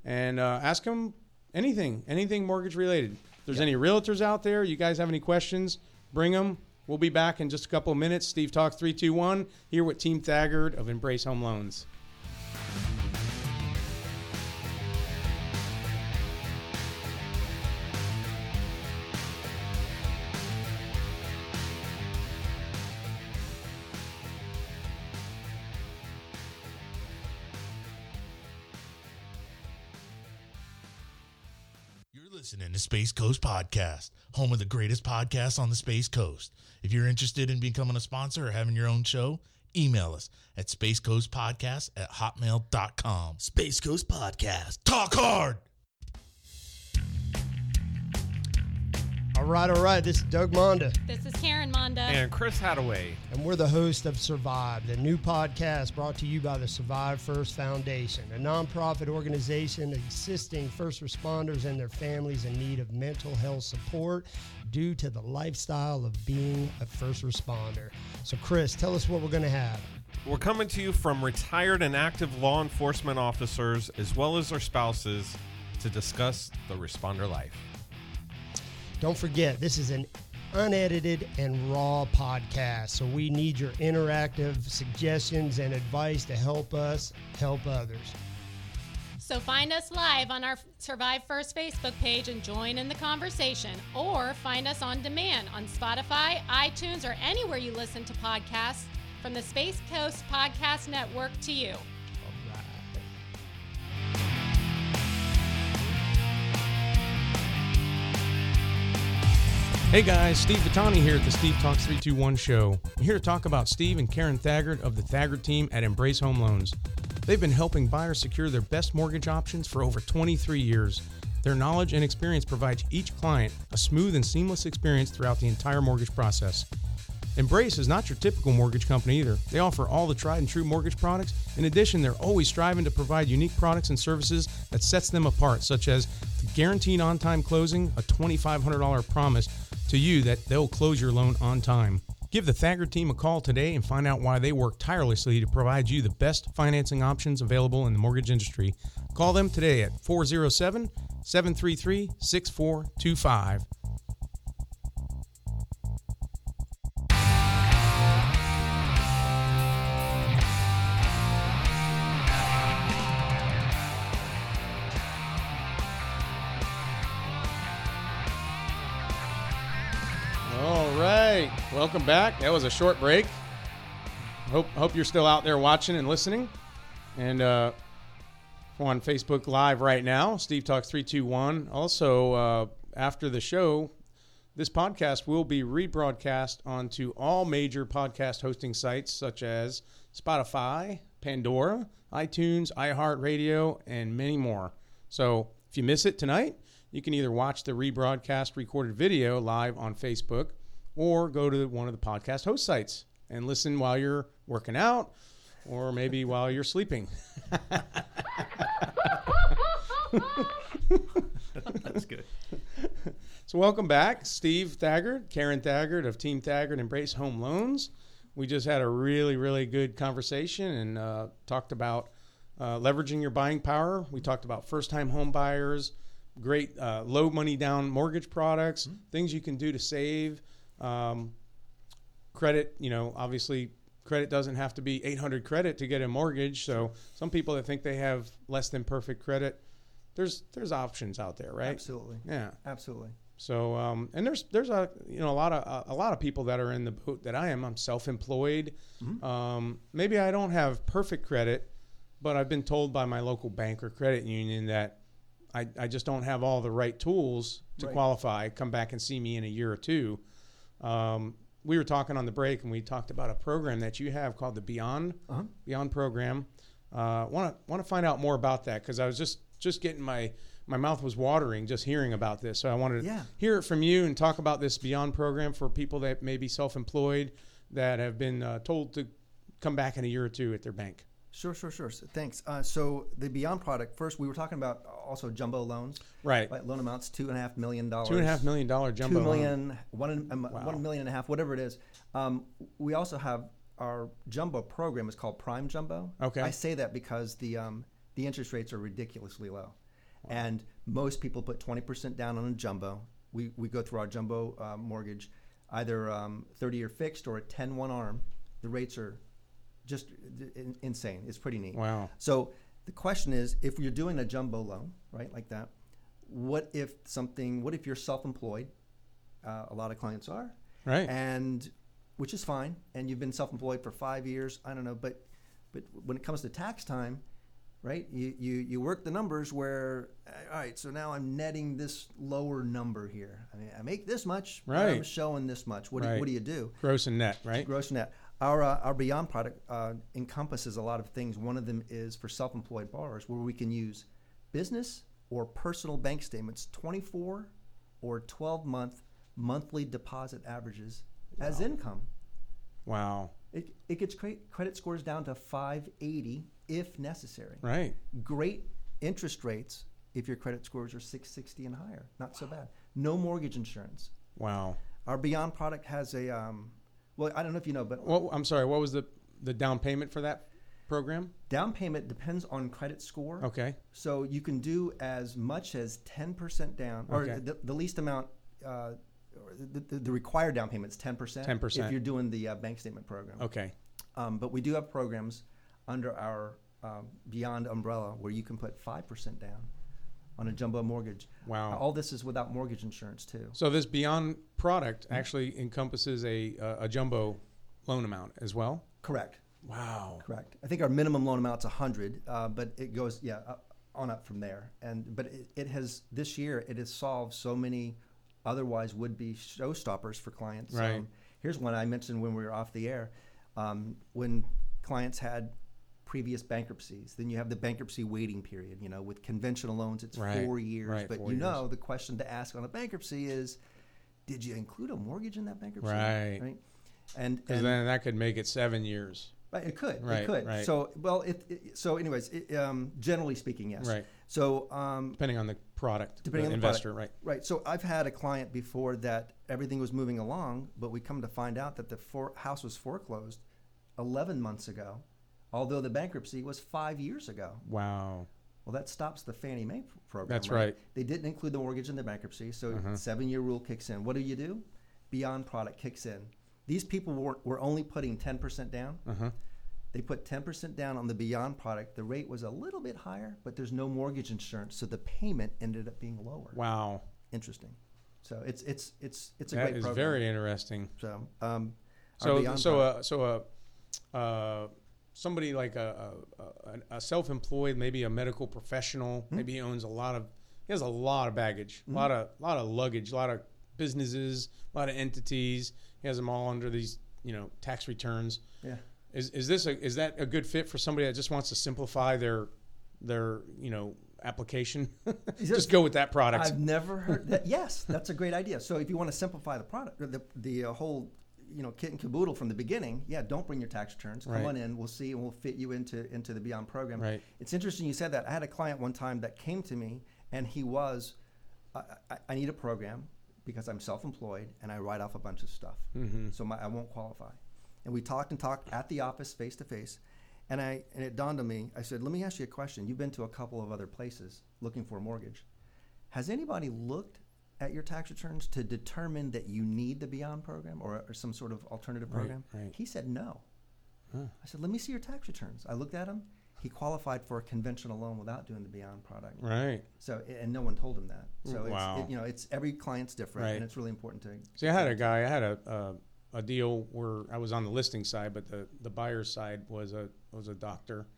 Speaker 1: and uh, ask them anything, anything mortgage related. If there's any realtors out there, you guys have any questions, bring them. We'll be back in just a couple of minutes. Steve Talk three two one here with Team Thaggard of Embrace Home Loans.
Speaker 4: listening to Space Coast Podcast, home of the greatest podcasts on the Space Coast. If you're interested in becoming a sponsor or having your own show, email us at spacecoastpodcast at hotmail.com. Space Coast Podcast. Talk hard.
Speaker 5: All right, all right. This is Doug Monda,
Speaker 6: This is Karen Monda.
Speaker 7: And Chris Hadaway.
Speaker 5: and we're the host of Survive, the new podcast brought to you by the Survive First Foundation, a nonprofit organization assisting first responders and their families in need of mental health support due to the lifestyle of being a first responder. So, Chris, tell us what we're going to have.
Speaker 7: We're coming to you from retired and active law enforcement officers as well as their spouses to discuss the responder life.
Speaker 5: Don't forget, this is an unedited and raw podcast. So we need your interactive suggestions and advice to help us help others.
Speaker 6: So find us live on our Survive First Facebook page and join in the conversation, or find us on demand on Spotify, iTunes, or anywhere you listen to podcasts from the Space Coast Podcast Network to you.
Speaker 5: All right.
Speaker 1: Hey guys, Steve Vitani here at the Steve Talks 321 show. I'm here to talk about Steve and Karen Thaggart of the Thaggart team at Embrace Home Loans. They've been helping buyers secure their best mortgage options for over 23 years. Their knowledge and experience provides each client a smooth and seamless experience throughout the entire mortgage process. Embrace is not your typical mortgage company either. They offer all the tried and true mortgage products. In addition, they're always striving to provide unique products and services that sets them apart, such as the guaranteed on-time closing, a $2,500 promise to you that they'll close your loan on time. Give the Thacker team a call today and find out why they work tirelessly to provide you the best financing options available in the mortgage industry. Call them today at 407 733 6425. All right, welcome back. That was a short break. Hope hope you're still out there watching and listening, and uh, we're on Facebook Live right now. Steve Talks three two one. Also, uh, after the show, this podcast will be rebroadcast onto all major podcast hosting sites such as Spotify, Pandora, iTunes, iHeartRadio, and many more. So if you miss it tonight, you can either watch the rebroadcast recorded video live on Facebook or go to one of the podcast host sites and listen while you're working out or maybe while you're sleeping.
Speaker 7: That's good.
Speaker 1: So welcome back, Steve Thaggart, Karen Thaggart of Team Thaggart Embrace Home Loans. We just had a really, really good conversation and uh, talked about uh, leveraging your buying power. We talked about first-time home buyers, great uh, low money down mortgage products, things you can do to save. Um, credit, you know, obviously credit doesn't have to be 800 credit to get a mortgage. So some people that think they have less than perfect credit, there's there's options out there, right?
Speaker 2: Absolutely.
Speaker 1: Yeah.
Speaker 2: Absolutely.
Speaker 1: So um, and there's there's a you know a lot of a, a lot of people that are in the boat that I am. I'm self-employed. Um, maybe I don't have perfect credit, but I've been told by my local bank or credit union that I, I just don't have all the right tools to
Speaker 2: Right.
Speaker 1: qualify. Come back and see me in a year or two. Um, we were talking on the break and we talked about a program that you have called the Beyond Beyond program. Want to want to find out more about that because I was just just getting my my mouth was watering just hearing about this. So I wanted to
Speaker 2: Yeah.
Speaker 1: hear it from you and talk about this Beyond program for people that may be self-employed that have been uh, told to come back in a year or two at their bank.
Speaker 2: Sure, sure, sure. So, thanks. Uh, so the Beyond product first, we were talking about also jumbo loans.
Speaker 1: Right.
Speaker 2: Like loan amounts two and a half million dollars.
Speaker 1: Two and a half million dollar jumbo.
Speaker 2: Two
Speaker 1: loan.
Speaker 2: million, one and- um, one million and a half, whatever it is. Um, we also have our jumbo program is called Prime Jumbo.
Speaker 1: Okay.
Speaker 2: I say that because the um, the interest rates are ridiculously low, and most people put twenty percent down on a jumbo. We we go through our jumbo uh, mortgage, either um, thirty year fixed or a 10-1 arm. The rates are just uh, in- insane. It's pretty neat.
Speaker 1: Wow.
Speaker 2: So the question is, if you're doing a jumbo loan, right, like that, what if something? What if you're self-employed? Uh, a lot of clients are,
Speaker 1: Right.
Speaker 2: And which is fine. And you've been self-employed for five years. I don't know, but but when it comes to tax time, right? You, you, you work the numbers where, all right, so now I'm netting this lower number here. I mean, I make this much, but I'm
Speaker 8: Right.
Speaker 2: showing this much. What, do,
Speaker 8: Right.
Speaker 2: what do you do?
Speaker 8: Gross and net, right?
Speaker 2: Gross net. Our, uh, our Beyond product uh, encompasses a lot of things. One of them is for self employed borrowers where we can use business or personal bank statements, 24 or 12 month monthly deposit averages as income.
Speaker 8: Wow.
Speaker 2: It, it gets cre- credit scores down to 580 if necessary
Speaker 8: Right.
Speaker 2: great interest rates if your credit scores are 660 and higher. Not so bad. No mortgage insurance.
Speaker 8: Wow.
Speaker 2: Our Beyond product has a, um, well, I don't know if you know, but
Speaker 8: Well, I'm sorry. What was the the down payment for that program?
Speaker 2: down payment depends on credit score.
Speaker 8: Okay.
Speaker 2: So you can do as much as 10% down, or
Speaker 8: Okay.
Speaker 2: the, the least amount, uh, or the, the, the required down payment is 10%.
Speaker 8: 10%.
Speaker 2: If you're doing the uh, bank statement program.
Speaker 8: Okay.
Speaker 2: Um, but we do have programs under our um, Beyond umbrella where you can put 5% down on a jumbo mortgage.
Speaker 8: Wow.
Speaker 2: All this is without mortgage insurance, too.
Speaker 8: So this Beyond product
Speaker 2: Mm-hmm.
Speaker 8: actually encompasses a uh, a jumbo loan amount as well.
Speaker 2: Correct.
Speaker 8: Wow.
Speaker 2: Correct. I think our minimum loan amount's 100, uh, but it goes, yeah, up, on up from there. And But it, it has, this year, it has solved so many otherwise would be showstoppers for clients. Um,
Speaker 8: Right.
Speaker 2: here's one I mentioned when we were off the air. Um, when clients had previous bankruptcies, then you have the bankruptcy waiting period. You know, with conventional loans, it's
Speaker 8: Right,
Speaker 2: four years.
Speaker 8: right,
Speaker 2: but
Speaker 8: four
Speaker 2: you
Speaker 8: years.
Speaker 2: know, the question to ask on a bankruptcy is, did you include a mortgage in that bankruptcy?
Speaker 8: Right.
Speaker 2: And,
Speaker 8: Because
Speaker 2: and
Speaker 8: then that could make it seven years.
Speaker 2: Right, it could.
Speaker 8: Right,
Speaker 2: it could.
Speaker 8: right.
Speaker 2: So, well, it, it- so, anyways, it, um, generally speaking, yes.
Speaker 8: Right.
Speaker 2: So, um,
Speaker 8: depending on the product,
Speaker 2: depending
Speaker 8: the
Speaker 2: on the product.
Speaker 8: investor,
Speaker 2: Right. So, I've had a client before that everything was moving along, but we come to find out that the for- house was foreclosed 11 months ago, although the bankruptcy was five years ago.
Speaker 8: right? Wow.
Speaker 2: Well, that stops the Fannie Mae pr- program.
Speaker 8: That's right. Uh-huh.
Speaker 2: They didn't include the mortgage in the bankruptcy, so seven year rule kicks in. What do you do? Beyond product kicks in. These people were, were only putting 10% down.
Speaker 8: Uh-huh.
Speaker 2: They put 10% down on the Beyond product. The rate was a little bit higher, but there's no mortgage insurance, so the payment ended up being lower.
Speaker 8: Wow.
Speaker 2: Interesting. So it's it's it's it's a
Speaker 8: That
Speaker 2: great
Speaker 8: is
Speaker 2: program.
Speaker 8: very interesting.
Speaker 2: so um, our
Speaker 8: So
Speaker 2: Beyond
Speaker 8: so
Speaker 2: product-
Speaker 8: uh, so uh, uh, somebody like a, a, a- a self-employed, maybe a medical professional,
Speaker 2: Hmm?
Speaker 8: maybe he owns a lot of he has a lot of baggage, a lot of lot of luggage, a lot of businesses, a lot of entities. He has them all under these you know tax returns.
Speaker 2: yeah.
Speaker 8: Is is this a, is that a good fit for somebody that just wants to simplify their their you know application? just go with that product.
Speaker 2: I've never heard that. Yes, that's a great idea. So if you want to simplify the product, or the the uh, whole, you know, kit and caboodle from the beginning, yeah, don't bring your tax returns. Come
Speaker 8: Right.
Speaker 2: on in, we'll see, and we'll fit you into into the Beyond program.
Speaker 8: Right.
Speaker 2: It's interesting you said that. I had a client one time that came to me, and he was, I, I, I need a program because I'm self-employed and I write off a bunch of stuff,
Speaker 8: Mm-hmm.
Speaker 2: so my, I won't qualify. And we talked and talked at the office face to face. And I and it dawned on me. I said, "Let me ask you a question. You've been to a couple of other places looking for a mortgage. Has anybody looked at your tax returns to determine that you need the Beyond program or, or some sort of alternative program?
Speaker 8: right.
Speaker 2: He said no. I said, let me see your tax returns. I looked at him. He qualified for a conventional loan without doing the Beyond product.
Speaker 8: right.
Speaker 2: So, and no one told him that. So,
Speaker 8: Wow.
Speaker 2: it's, it, you know, it's every client's different,
Speaker 8: Right.
Speaker 2: and it's really important to.
Speaker 8: See, I had a guy. I had a a, a deal where I was on the listing side, but the the buyer's side was a was a doctor,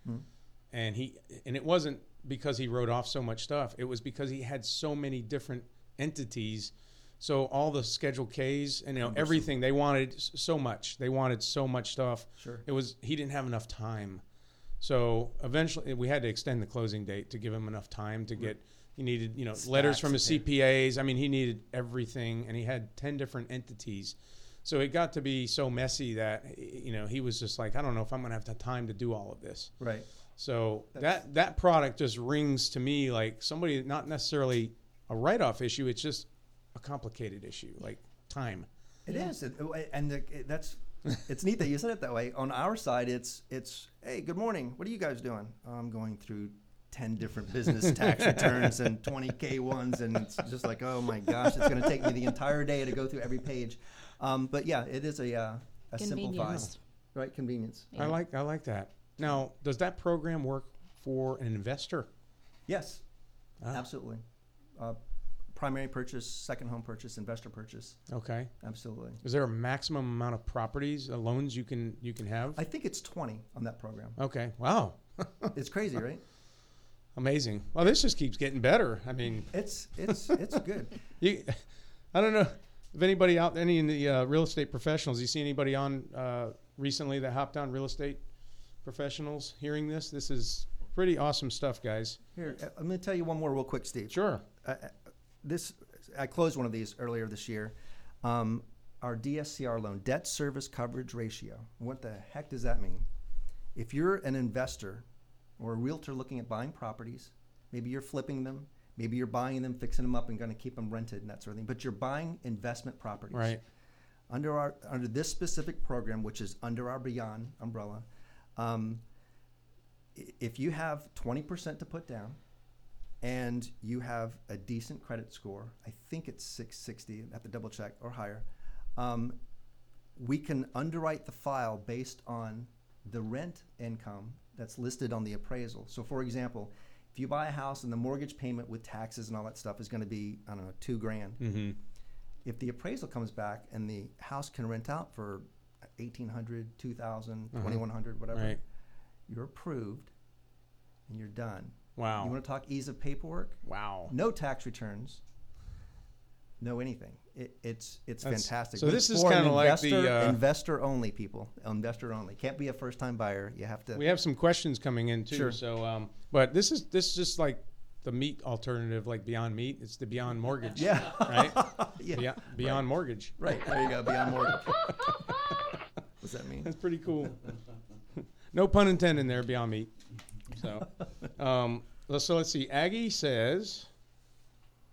Speaker 8: and he and it wasn't because he wrote off so much stuff. It was because he had so many different entities. So all the Schedule Ks and you know everything they wanted s- so much. They wanted so much stuff.
Speaker 2: Sure.
Speaker 8: It was he didn't have enough time. So eventually, we had to extend the closing date to give him enough time to get. He needed, you know, letters
Speaker 2: Stacks
Speaker 8: from
Speaker 2: of
Speaker 8: his
Speaker 2: paper.
Speaker 8: CPAs. I mean, he needed everything, and he had ten different entities. So it got to be so messy that you know he was just like, I don't know if I'm going to have the time to do all of this.
Speaker 2: Right.
Speaker 8: So that that product just rings to me like somebody not necessarily a write-off issue. It's just a complicated issue, like time.
Speaker 2: It is, It- uh, and the, it- that's it's neat that you said it that way. On our side, it's it's hey, good morning. What are you guys doing? I'm going through ten different business tax returns and twenty k ones, and it's just like oh my gosh, it's going to take me the entire day to go through every page. Um, but yeah, it is a uh, a simplified,
Speaker 3: Convenience.
Speaker 2: right? Convenience.
Speaker 8: I like I like that. Now, does that program work for an investor?
Speaker 2: Yes, absolutely. Uh, primary purchase, second home purchase, investor purchase.
Speaker 8: Okay.
Speaker 2: Absolutely.
Speaker 8: Is there a maximum amount of properties, uh, loans you can you can have?
Speaker 2: I think it's twenty on that program.
Speaker 8: okay. Wow.
Speaker 2: It's crazy, right?
Speaker 8: Amazing. Well, this just keeps getting better. I mean,
Speaker 2: It's it's it's good.
Speaker 8: you, I don't know if anybody out any of the uh, real estate professionals. You see anybody on uh, recently that hopped on real estate professionals hearing this? This is pretty awesome stuff, guys.
Speaker 2: Here, I- I'm going to tell you one more real quick, Steve.
Speaker 8: Sure.
Speaker 2: I- I- this I closed one of these earlier this year. Um, our DSCR loan, debt service coverage ratio. What the heck does that mean? If you're an investor or a realtor looking at buying properties, maybe you're flipping them, maybe you're buying them, fixing them up, and going to keep them rented and that sort of thing. But you're buying investment properties,
Speaker 8: Right.
Speaker 2: Under our under this specific program, which is under our Beyond umbrella, um, i- if you have 20% to put down and you have a decent credit score, I think it's 660, I have to double check, or higher, um, we can underwrite the file based on the rent income that's listed on the appraisal. So, for example, if you buy a house and the mortgage payment with taxes and all that stuff is going to be, I don't know, two grand. If the appraisal comes back and the house can rent out for 1800 2000 2100 whatever
Speaker 8: Right.
Speaker 2: you're approved and you're done.
Speaker 8: Wow.
Speaker 2: You want to talk ease of paperwork?
Speaker 8: Wow.
Speaker 2: No tax returns. No anything. It, it's it's
Speaker 8: That's-
Speaker 2: fantastic.
Speaker 8: so
Speaker 2: But
Speaker 8: this
Speaker 2: it's
Speaker 8: is
Speaker 2: for an
Speaker 8: kinda like the,
Speaker 2: investor-
Speaker 8: uh,
Speaker 2: investor only people. Investor only. Can't be a first time buyer. You have to.
Speaker 8: We have some questions coming in too.
Speaker 2: Sure.
Speaker 8: So, um, but this is this is just like the meat alternative, like Beyond Meat. It's the Beyond Mortgage.
Speaker 2: yeah.
Speaker 8: Right.
Speaker 2: yeah.
Speaker 8: Beyond, beyond Mortgage.
Speaker 2: Right there you go. Beyond mortgage. What's that mean?
Speaker 8: That's pretty cool. no pun intended there, Beyond Meat. So, um, let's- so let's see. Aggie says,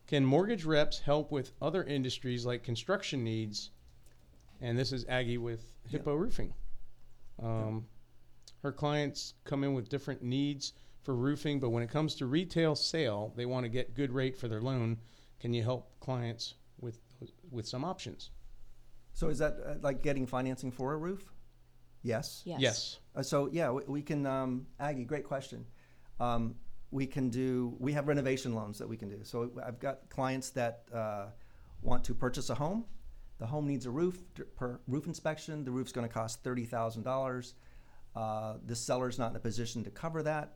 Speaker 8: "Can mortgage reps help with other industries like construction needs?" And this is Aggie with Hippo Roofing. Um, Her clients come in with different needs for roofing, but when it comes to retail sale, they want to get good rate for their loan. Can you help clients with with some options?
Speaker 2: So is that uh, like getting financing for a roof? Yes.
Speaker 3: Yes.
Speaker 8: Yes.
Speaker 2: Uh, so yeah, we, we can. Um, Aggie, great question. Um, we can do. We have renovation loans that we can do. So I've got clients that uh, want to purchase a home. The home needs a roof d- per roof inspection. The roof's going to cost thirty thousand dollars. uh, The seller's not in a position to cover that,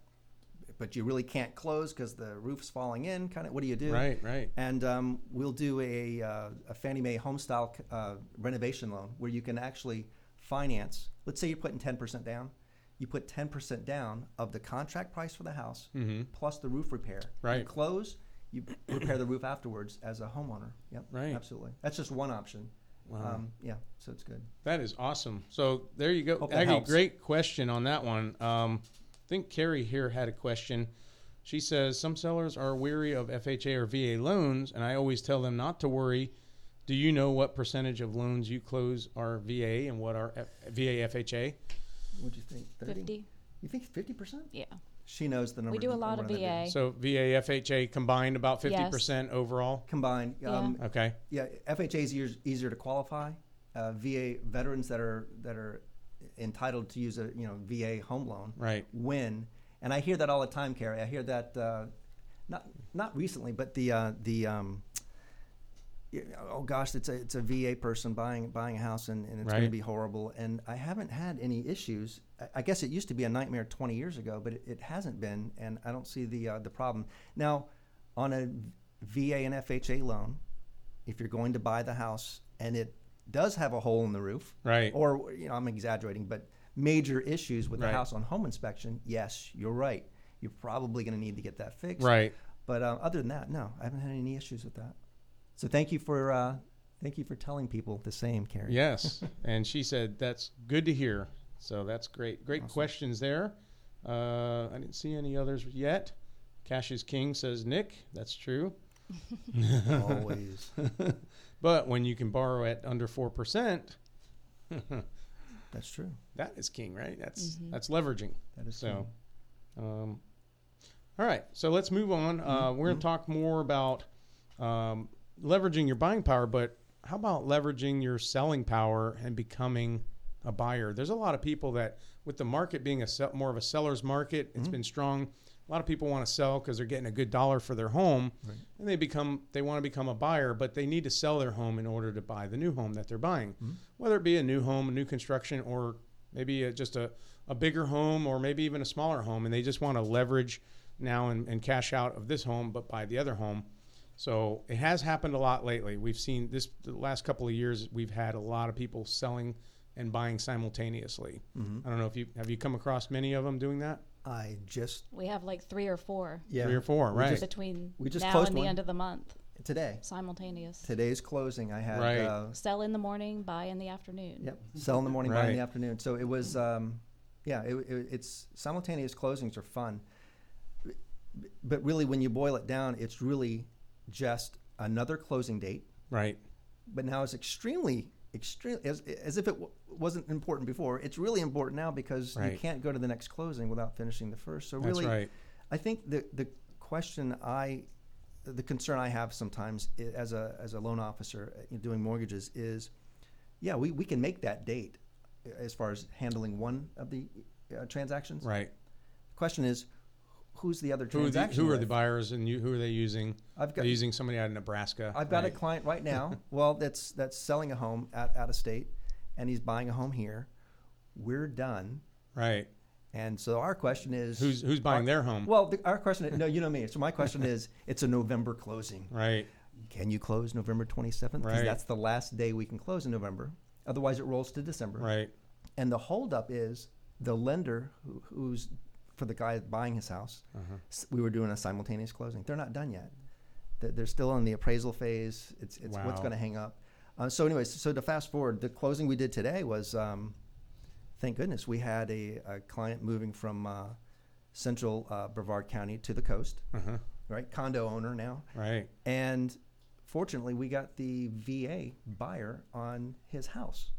Speaker 2: but you really can't close because the roof's falling in. Kind of. What do you do?
Speaker 8: Right. Right.
Speaker 2: And um, we'll do a, uh, a Fannie Mae home style uh, renovation loan where you can actually finance. Let's say you're putting 10% down. You put 10% down of the contract price for the house plus the roof repair. You
Speaker 8: Mm-hmm. Right.
Speaker 2: close, you repair the roof afterwards as a homeowner. Yep.
Speaker 8: Right.
Speaker 2: Absolutely. That's just one option. Wow. Um, yeah. So it's good.
Speaker 8: That is awesome. So there you go.
Speaker 2: Hope that
Speaker 8: Aggie,
Speaker 2: helps.
Speaker 8: great question on that one. Um, I think Carrie here had a question. She says some sellers are weary of FHA or VA loans, and I always tell them not to worry. Do you know what percentage of loans you close are VA and what are F- VA FHA?
Speaker 2: What do you think? 30?
Speaker 3: 50.
Speaker 2: You think 50%?
Speaker 3: Yeah.
Speaker 2: She knows the number.
Speaker 3: We do a lot of
Speaker 2: one the
Speaker 3: VA.
Speaker 8: So VA FHA combined about fifty percent overall.
Speaker 2: Combined. Um,
Speaker 8: Okay,
Speaker 2: Yeah, FHA is easier, easier to qualify. Uh, VA veterans that are that are entitled to use a you know VA home loan
Speaker 8: Right.
Speaker 2: win, and I hear that all the time, Carrie. I hear that uh, not not recently, but the uh, the um, yeah, oh gosh, it's a it's a VA person buying buying a house and, and it's going
Speaker 8: Right.
Speaker 2: to be horrible. And I haven't had any issues. I, I guess it used to be a nightmare 20 years ago, but it, it hasn't been, and I don't see the uh, the problem now. On a VA and FHA loan, if you're going to buy the house and it does have a hole in the roof,
Speaker 8: Right.
Speaker 2: Or you know, I'm exaggerating, but major issues with the
Speaker 8: Right.
Speaker 2: house on home inspection. Yes, you're right. You're probably going to need to get that fixed.
Speaker 8: right.
Speaker 2: But uh, other than that, no, I haven't had any issues with that. So thank you for uh, thank you for telling people the same, Carrie.
Speaker 8: Yes. and she said, that's good to hear. So that's great. Great questions there. Uh, I didn't see any others yet. Cash is King says, Nick, that's true.
Speaker 2: always.
Speaker 8: But when you can borrow at under 4%,
Speaker 2: That's true.
Speaker 8: that is king, right? That's that's leveraging.
Speaker 2: That is
Speaker 8: so. Um, all right, so let's move on. Uh, we're going to talk more about um, leveraging your buying power, but how about leveraging your selling power and becoming a buyer? There's a lot of people that, with the market being a sell, more of a seller's market, it's been strong. A lot of people want to sell because they're getting a good dollar for their home, and they become they want to become a buyer, but they need to sell their home in order to buy the new home that they're buying, whether it be a new home, a new construction, or maybe a, just a, a bigger home or maybe even a smaller home and they just want to leverage now and, and cash out of this home, but buy the other home. So it has happened a lot lately. We've seen this the last couple of years. We've had a lot of people selling and buying simultaneously.
Speaker 2: Mm-hmm.
Speaker 8: I don't know if you have you come across many of them doing that.
Speaker 2: I just
Speaker 3: We have like three or four
Speaker 2: yeah
Speaker 8: Three or four, right?
Speaker 3: between
Speaker 2: we just
Speaker 3: now
Speaker 2: closed
Speaker 3: and the
Speaker 2: one.
Speaker 3: end of the month,
Speaker 2: today.
Speaker 3: simultaneous.
Speaker 2: Today's closing. I had
Speaker 8: Right.
Speaker 2: uh,
Speaker 3: Sell in the morning, buy in the afternoon.
Speaker 2: Yep. Sell in the morning, buy in
Speaker 8: Right.
Speaker 2: the afternoon. So it was, um, yeah, it, it, it's simultaneous closings are fun. But really, when you boil it down, it's really just another closing date.
Speaker 8: Right.
Speaker 2: But now it's extremely, extremely, as, as if it w- wasn't important before. It's really important now because you
Speaker 8: Right.
Speaker 2: can't go to the next closing without finishing the first. So
Speaker 8: That's
Speaker 2: really,
Speaker 8: right.
Speaker 2: I think the the question I the concern I have sometimes i- as a as a loan officer uh, doing mortgages is, yeah, we, we can make that date uh, as far as handling one of the uh, transactions.
Speaker 8: Right.
Speaker 2: Question is, who's the other
Speaker 8: Who are the,
Speaker 2: transaction?
Speaker 8: who are the
Speaker 2: with?
Speaker 8: buyers and you, who are they using?
Speaker 2: I've got-
Speaker 8: They're using somebody out of Nebraska.
Speaker 2: I've got
Speaker 8: right?
Speaker 2: a client right now. well, that's that's selling a home out, out of state, and he's buying a home here. We're done,
Speaker 8: Right.
Speaker 2: and so our question is,
Speaker 8: Who's who's buying their home?
Speaker 2: well, the, our question is, no, you know me. So my question is, it's a November closing.
Speaker 8: right.
Speaker 2: can you close November 27th? Because
Speaker 8: Right.
Speaker 2: that's the last day we can close in November. Otherwise, it rolls to December.
Speaker 8: Right.
Speaker 2: And the holdup is the lender who, who's for the guy buying his house.
Speaker 8: Uh-huh.
Speaker 2: s- We were doing a simultaneous closing. They're not done yet. They're- They're still in the appraisal phase. It's, it's what's
Speaker 8: Wow.
Speaker 2: going to hang up. Uh, so, anyways, so to fast forward, the closing we did today was, um, thank goodness, we had a, a client moving from uh, central uh, Brevard County to the coast.
Speaker 8: Uh-huh.
Speaker 2: Right, condo owner now.
Speaker 8: Right.
Speaker 2: And fortunately, we got the VA buyer on his house.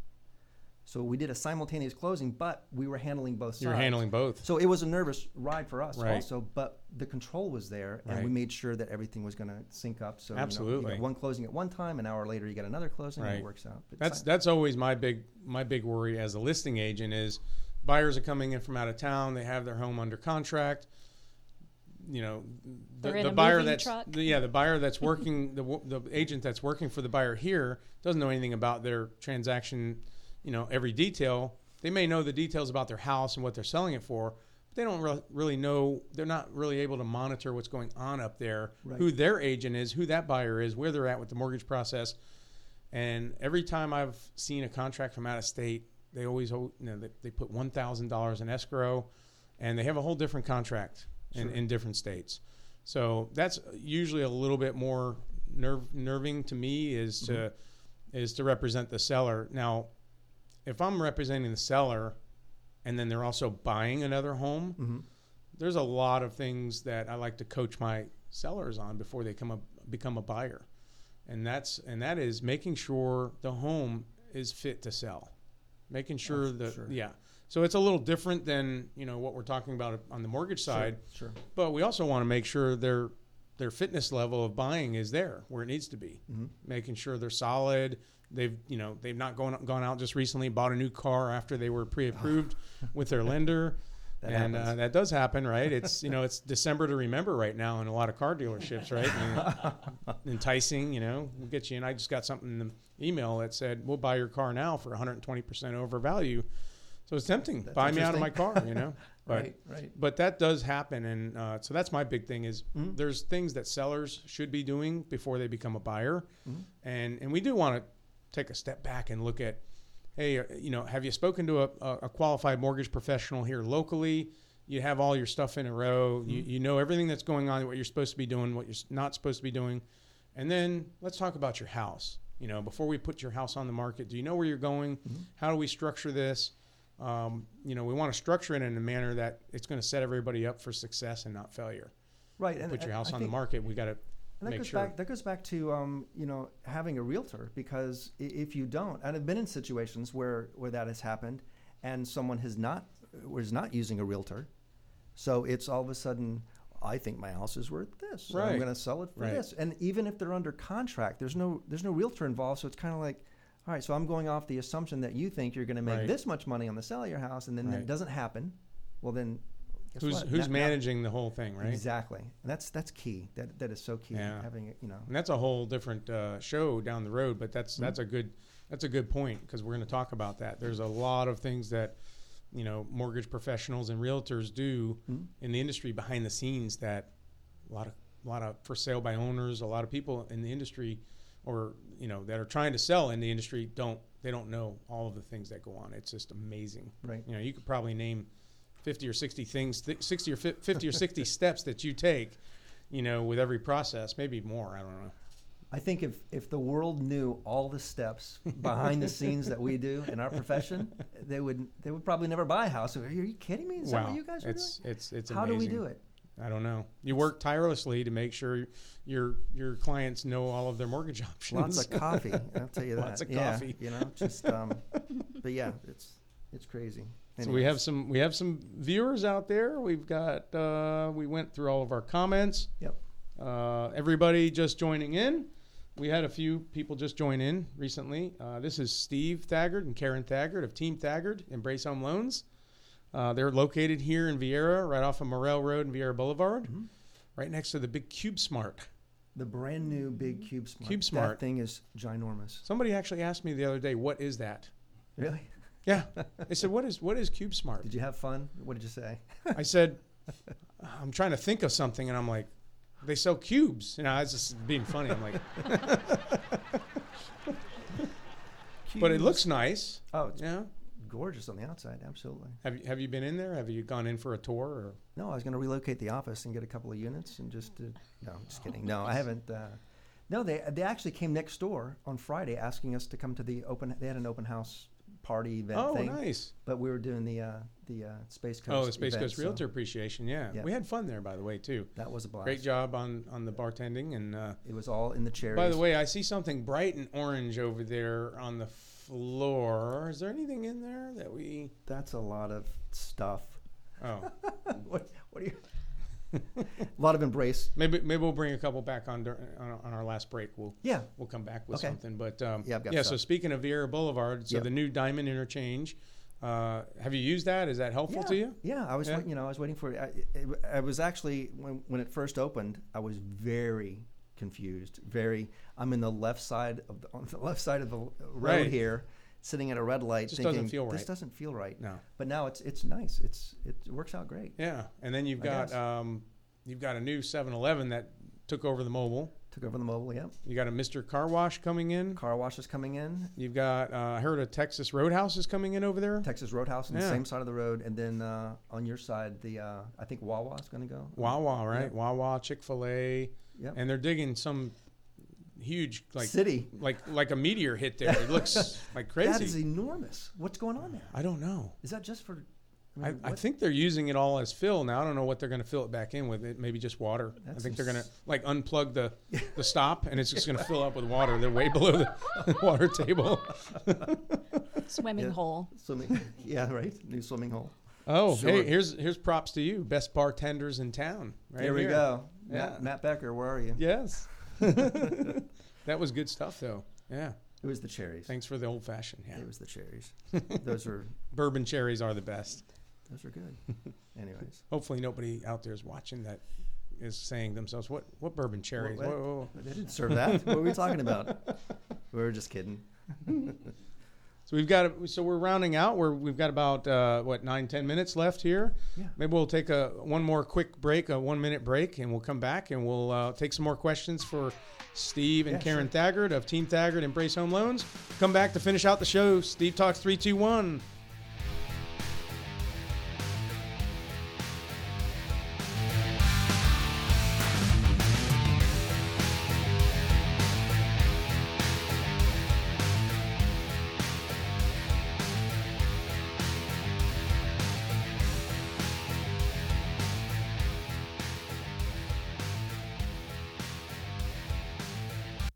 Speaker 2: So we did a simultaneous closing, but we were handling both sides.
Speaker 8: You're handling both.
Speaker 2: So it was a nervous ride for us
Speaker 8: Right.
Speaker 2: also, but the control was there, and we
Speaker 8: Right.
Speaker 2: made sure that everything was going to sync up. So you know, you
Speaker 8: Absolutely.
Speaker 2: got one closing at one time, an hour later you got another closing, and
Speaker 8: Right.
Speaker 2: it works out. But
Speaker 8: That's
Speaker 2: si-
Speaker 8: that's always my big my big worry as a listing agent is buyers are coming in from out of town. They have their home under contract. You know, the,
Speaker 3: They're in
Speaker 8: the
Speaker 3: a
Speaker 8: buyer
Speaker 3: moving
Speaker 8: that's
Speaker 3: truck.
Speaker 8: the- yeah the buyer that's working the wo- the agent that's working for the buyer here doesn't know anything about their transaction. You know every detail. They may know the details about their house and what they're selling it for. But they don't re- really know. They're not really able to monitor what's going on up there. Who their agent is, who that buyer is, where they're at with the mortgage process. And every time I've seen a contract from out of state, they always you know they, they put one thousand dollars in escrow, and they have a whole different contract in, in different states. So that's usually a little bit more nerve nerving to me is to is to represent the seller. Now, if I'm representing the seller, and then they're also buying another home, there's a lot of things that I like to coach my sellers on before they come up, become a buyer and that's and that is making sure the home is fit to sell making sure that yeah so it's a little different than you know what we're talking about on the mortgage side
Speaker 2: sure.
Speaker 8: but we also want to make sure their their fitness level of buying is there where it needs to be
Speaker 2: Mm-hmm.
Speaker 8: making sure they're solid they've you know they've not gone gone out just recently and bought a new car after they were pre-approved with their lender and uh,
Speaker 2: happens.
Speaker 8: that does happen right it's you know it's december to remember right now in a lot of car dealerships right And enticing you know we'll get you and i just got something in the email that said we'll buy your car now for 120% over value so it's tempting buy me out of my car you know but
Speaker 2: Right, right.
Speaker 8: but that does happen, and uh, so that's my big thing is there's things that sellers should be doing before they become a buyer, and and we do want to take a step back and look at, hey, uh, you know, have you spoken to a, a a qualified mortgage professional here locally? You have all your stuff in a row. You, you know everything that's going on, what you're supposed to be doing, what you're s- not supposed to be doing, and then let's talk about your house. You know, before we put your house on the market, do you know where you're going? How do we structure this? um, you know, we want to structure it in a manner that it's going to set everybody up for success and not failure.
Speaker 2: right. And
Speaker 8: Put your
Speaker 2: I-
Speaker 8: house
Speaker 2: I
Speaker 8: on the
Speaker 2: think-
Speaker 8: market. We got to
Speaker 2: And that
Speaker 8: make
Speaker 2: goes
Speaker 8: sure.
Speaker 2: back. That goes back to um, you know having a realtor because i- if you don't, and I've been in situations where where that has happened, and someone has not was not using a realtor, so it's all of a sudden. I think my house is worth this. and I'm
Speaker 8: Right.
Speaker 2: going to sell it for
Speaker 8: Right.
Speaker 2: this. And even if they're under contract, there's no there's no realtor involved, so it's kind of like, all right. So I'm going off the assumption that you think you're going to make
Speaker 8: Right.
Speaker 2: this much money on the sale of your house, and then
Speaker 8: Right.
Speaker 2: it doesn't happen. Well, then guess
Speaker 8: who's
Speaker 2: what?
Speaker 8: who's
Speaker 2: Now- now-
Speaker 8: managing the whole thing, right?
Speaker 2: Exactly, and that's that's key. That that is so key.
Speaker 8: Yeah.
Speaker 2: Having it, you know.
Speaker 8: And that's a whole different uh, show down the road.
Speaker 2: Mm-hmm.
Speaker 8: But that's that's a good that's a good point because we're going to talk about that. There's a lot of things that you know mortgage professionals and realtors do
Speaker 2: Mm-hmm.
Speaker 8: in the industry behind the scenes that a lot of a lot of for sale by owners, a lot of people in the industry or you know that are trying to sell in the industry don't they don't know all of the things that go on. It's just amazing.
Speaker 2: Right.
Speaker 8: You know, you could probably name 50 or 60 things, th- 60 or fif- 50 or 60 steps that you take, you know, with every process, maybe more, I don't know.
Speaker 2: I think if, if the world knew all the steps behind the scenes that we do in our profession, they would they would probably never buy a house. Are you kidding me? Is that what you guys are
Speaker 8: it's
Speaker 2: doing?
Speaker 8: it's it's
Speaker 2: How do we
Speaker 8: amazing.
Speaker 2: do it?
Speaker 8: I don't know. You work tirelessly to make sure your your clients know all of their mortgage options.
Speaker 2: Lots of coffee. I'll tell you that.
Speaker 8: Lots of
Speaker 2: Yeah,
Speaker 8: coffee.
Speaker 2: You know, just um, but yeah, it's it's crazy.
Speaker 8: So we have
Speaker 2: Anyways.
Speaker 8: some we have some viewers out there. We've got uh, we went through all of our comments.
Speaker 2: Yep.
Speaker 8: Uh, everybody just joining in. We had a few people just join in recently. Uh, this is Steve Thaggard and Karen Thaggard of Team Thaggard Embrace Home Loans. Uh, they're located here in Vieira, right off of Morel Road and Vieira Boulevard, right next to the big Cube Smart.
Speaker 2: the brand new big Cube Smart.
Speaker 8: Cube Smart.
Speaker 2: That thing is ginormous.
Speaker 8: Somebody actually asked me the other day, "What is that?"
Speaker 2: Really?
Speaker 8: Yeah, they said, "What is what is Cube Smart?"
Speaker 2: Did you have fun? What did you say?
Speaker 8: I said, I'm trying to think of something, and I'm like, they sell cubes. You know, I was just being funny. I'm like, but it looks nice.
Speaker 2: Oh, it's
Speaker 8: Yeah.
Speaker 2: gorgeous on the outside. Absolutely.
Speaker 8: Have you, have you been in there? Have you gone in for a tour? Or
Speaker 2: No, I was going to relocate the office and get a couple of units and just to, no, I'm just kidding. No, I haven't. Uh, no, they they actually came next door on Friday asking us to come to the open. They had an open house party event
Speaker 8: oh,
Speaker 2: thing,
Speaker 8: nice.
Speaker 2: but we were doing the uh, the uh, Space Coast.
Speaker 8: Oh, Space
Speaker 2: event,
Speaker 8: Coast
Speaker 2: so
Speaker 8: Realtor Appreciation. Yeah.
Speaker 2: Yeah.
Speaker 8: we had fun there, by the way, too.
Speaker 2: that was a blast.
Speaker 8: Great job on on the bartending. And uh,
Speaker 2: It was all in the chairs.
Speaker 8: by the way, I see something bright and orange over there on the floor. Is there anything in there that we?
Speaker 2: that's a lot of stuff.
Speaker 8: Oh,
Speaker 2: what what are you? a lot of embrace.
Speaker 8: maybe maybe we'll bring a couple back on dur- on, our- on our last break. We'll
Speaker 2: Yeah,
Speaker 8: we'll come back with
Speaker 2: Okay.
Speaker 8: something. But um,
Speaker 2: Yeah, I've got
Speaker 8: So
Speaker 2: stuff.
Speaker 8: speaking of Vieira Boulevard, so
Speaker 2: Yep.
Speaker 8: the new Diamond interchange, uh, have you used that? Is that helpful to you?
Speaker 2: Yeah, I was,
Speaker 8: Yeah.
Speaker 2: wait- you know, I was waiting for it. I, it, I was actually when when it first opened, I was very confused. Very, I'm in the left side of the on the left side of the road
Speaker 8: Right.
Speaker 2: here, sitting at a red light,
Speaker 8: Just doesn't
Speaker 2: thinking
Speaker 8: feel
Speaker 2: this
Speaker 8: right."
Speaker 2: doesn't feel right.
Speaker 8: No.
Speaker 2: but now it's it's nice. It's it works out great.
Speaker 8: Yeah. And then you've
Speaker 2: I
Speaker 8: got
Speaker 2: guess.
Speaker 8: um, you've got a new 7-Eleven that took over the mobile.
Speaker 2: Took over the mobile. Yeah,
Speaker 8: You got a Mr. Car Wash coming in.
Speaker 2: car wash is coming in.
Speaker 8: You've got uh, I heard a Texas Roadhouse is coming in over there.
Speaker 2: Texas Roadhouse on
Speaker 8: Yeah.
Speaker 2: the same side of the road, and then uh, on your side, the uh, I think Wawa is going to go.
Speaker 8: Wawa, right?
Speaker 2: Yep.
Speaker 8: Wawa, Chick Fil A,
Speaker 2: Yep.
Speaker 8: and they're digging some huge like
Speaker 2: City.
Speaker 8: like like a meteor hit there. It looks like crazy.
Speaker 2: That is enormous. What's going on there?
Speaker 8: I don't know.
Speaker 2: Is that just for?
Speaker 8: I,
Speaker 2: mean,
Speaker 8: I
Speaker 2: what-
Speaker 8: think they're using it all as fill now. I don't know what they're going to fill it back in with. It maybe just water. I
Speaker 2: That's
Speaker 8: think they're going to
Speaker 2: ins-
Speaker 8: like unplug the the stop, and it's just going to fill up with water. They're way below the water table.
Speaker 3: Swimming
Speaker 2: Yeah.
Speaker 3: hole.
Speaker 2: Swimming. yeah, right. New swimming hole.
Speaker 8: Oh,
Speaker 2: Sure.
Speaker 8: hey, here's here's props to you, best bartenders in town. Right
Speaker 2: there we
Speaker 8: here.
Speaker 2: go.
Speaker 8: Yeah.
Speaker 2: Matt, Matt Becker, where are you?
Speaker 8: Yes, that was good stuff though. Yeah,
Speaker 2: It was the cherries.
Speaker 8: thanks for the old fashioned. Yeah,
Speaker 2: It was the cherries. those are
Speaker 8: bourbon cherries are the best.
Speaker 2: those are good. Anyways,
Speaker 8: Hopefully, nobody out there is watching that is saying themselves, "What what bourbon cherries?
Speaker 2: what?
Speaker 8: Whoa, whoa, whoa."
Speaker 2: they didn't serve that. What were we talking about? We were just kidding.
Speaker 8: So we've got so we're rounding out. We're we've got about uh, what nine ten minutes left here.
Speaker 2: Yeah.
Speaker 8: Maybe we'll take a one more quick break, a one minute break, and we'll come back and we'll uh, take some more questions for Steve and
Speaker 2: Yeah,
Speaker 8: Karen Thaggard of Team Thaggard Embrace Home Loans. Come back to finish out the show. Steve talks three two one.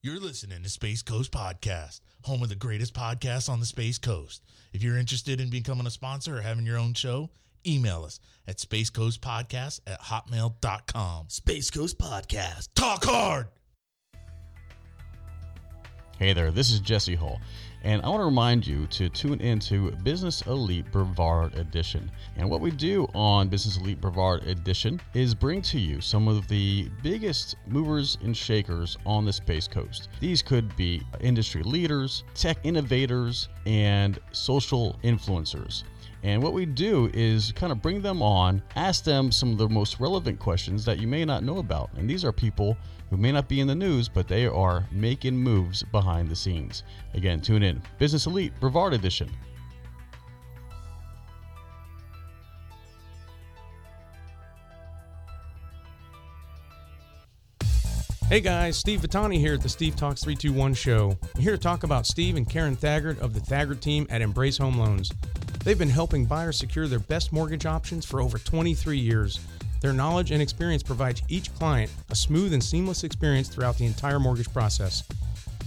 Speaker 4: You're listening to Space Coast Podcast, home of the greatest podcasts on the Space Coast. If you're interested in becoming a sponsor or having your own show, email us at spacecoastpodcast at hotmail.com.
Speaker 9: Space Coast Podcast.
Speaker 4: Talk hard!
Speaker 1: Hey there, this is Jesse Hull, and I want to remind you to tune into Business Elite Brevard Edition. And what we do on Business Elite Brevard Edition is bring to you some of the biggest movers and shakers on the Space Coast. These could be industry leaders, tech innovators, and social influencers. And what we do is kind of bring them on, ask them some of the most relevant questions that you may not know about. And these are people who may not be in the news, but they are making moves behind the scenes. Again, tune in. Business Elite Brevard Edition.
Speaker 8: Hey guys, Steve Vitani here at the Steve Talks 321 show. I'm here to talk about Steve and Karen Thaggart of the Thaggart team at Embrace Home Loans. They've been helping buyers secure their best mortgage options for over 23 years. Their knowledge and experience provides each client a smooth and seamless experience throughout the entire mortgage process.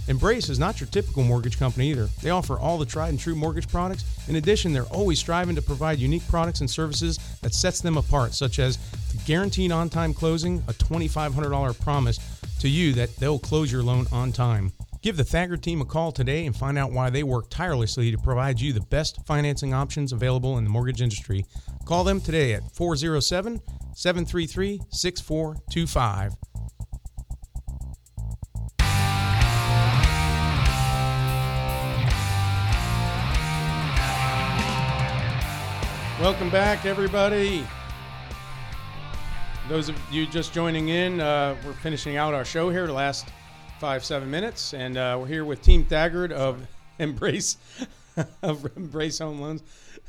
Speaker 8: Embrace is not your typical mortgage company either. They offer all the tried and true mortgage products. In addition, they're always striving to provide unique products and services that sets them apart, such as the guaranteed on-time closing, a $2,500 promise to you that they'll close your loan on time. Give the Thaggart team a call today and find out why they work tirelessly to provide you the best financing options available in the mortgage industry. Call them today at 407 733 6425. Welcome back, everybody. Those of you just joining in, uh, we're finishing out our show here, the last five, seven minutes, and uh, we're here with Team Thaggart of Embrace of Embrace Home Loans.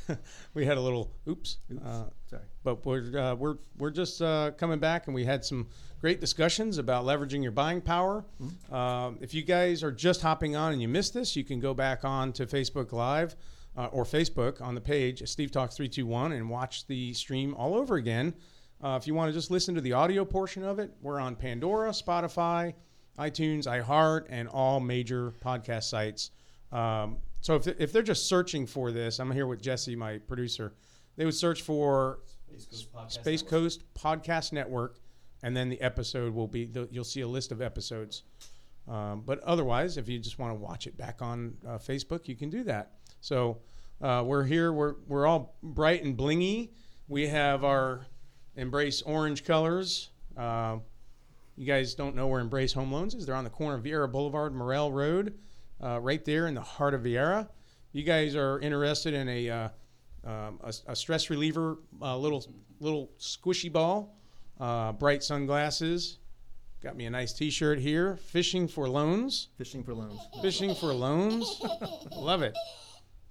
Speaker 8: we had a little oops, uh,
Speaker 2: Sorry.
Speaker 8: but we're uh, we're we're just uh, coming back, and we had some great discussions about leveraging your buying power. Um, if you guys are just hopping on and you missed this, you can go back on to Facebook Live uh, or Facebook on the page Steve Talks three two one and watch the stream all over again. Uh, if you want to just listen to the audio portion of it, we're on Pandora, Spotify, iTunes, iHeart, and all major podcast sites. Um, so if, if they're just searching for this, I'm here with Jesse, my producer. They would search for Space Coast Podcast Network, and then the episode will be. The, you'll see a list of episodes. Um, but otherwise, if you just want to watch it back on uh, Facebook, you can do that. So uh, we're here. We're we're all bright and blingy. We have our embrace orange colors. Uh, you guys don't know where Embrace Home Loans is. They're on the corner of Vieira Boulevard, and Morel Road, uh, right there in the heart of Vieira. You guys are interested in a uh, um, a, a stress reliever, uh, little little squishy ball, uh, bright sunglasses. Got me a nice T-shirt here. Fishing for loans.
Speaker 2: Fishing for loans.
Speaker 8: Fishing for loans. Love it.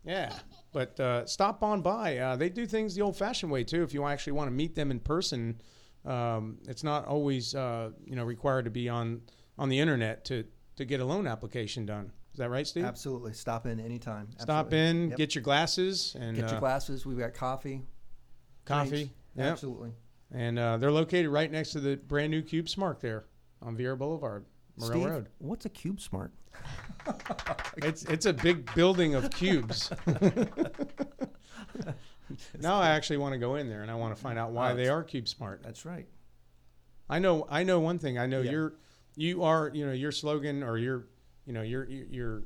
Speaker 8: Yeah. But uh, stop on by. Uh, they do things the old-fashioned way too. If you actually want to meet them in person, um, it's not always uh, you know required to be on on the internet to to get a loan application done. Is that right, Steve?
Speaker 2: Absolutely. Stop in anytime.
Speaker 8: Stop
Speaker 2: Absolutely.
Speaker 8: in,
Speaker 2: Yep.
Speaker 8: get your glasses and
Speaker 2: Get your
Speaker 8: uh,
Speaker 2: glasses. We've got coffee.
Speaker 8: coffee.
Speaker 2: drinks.
Speaker 8: Yep.
Speaker 2: Absolutely.
Speaker 8: And uh, they're located right next to the brand new Cube Smart there on Vieira Boulevard, Morel
Speaker 2: Steve,
Speaker 8: Road.
Speaker 2: what's a Cube Smart?
Speaker 8: It's it's a big building of cubes. now I actually want to go in there and I want to find out why
Speaker 2: Oh,
Speaker 8: they
Speaker 2: it's-
Speaker 8: are Cube Smart.
Speaker 2: That's right.
Speaker 8: I know I know one thing. I know
Speaker 2: Yeah.
Speaker 8: your you are you know your slogan or your you know your your- your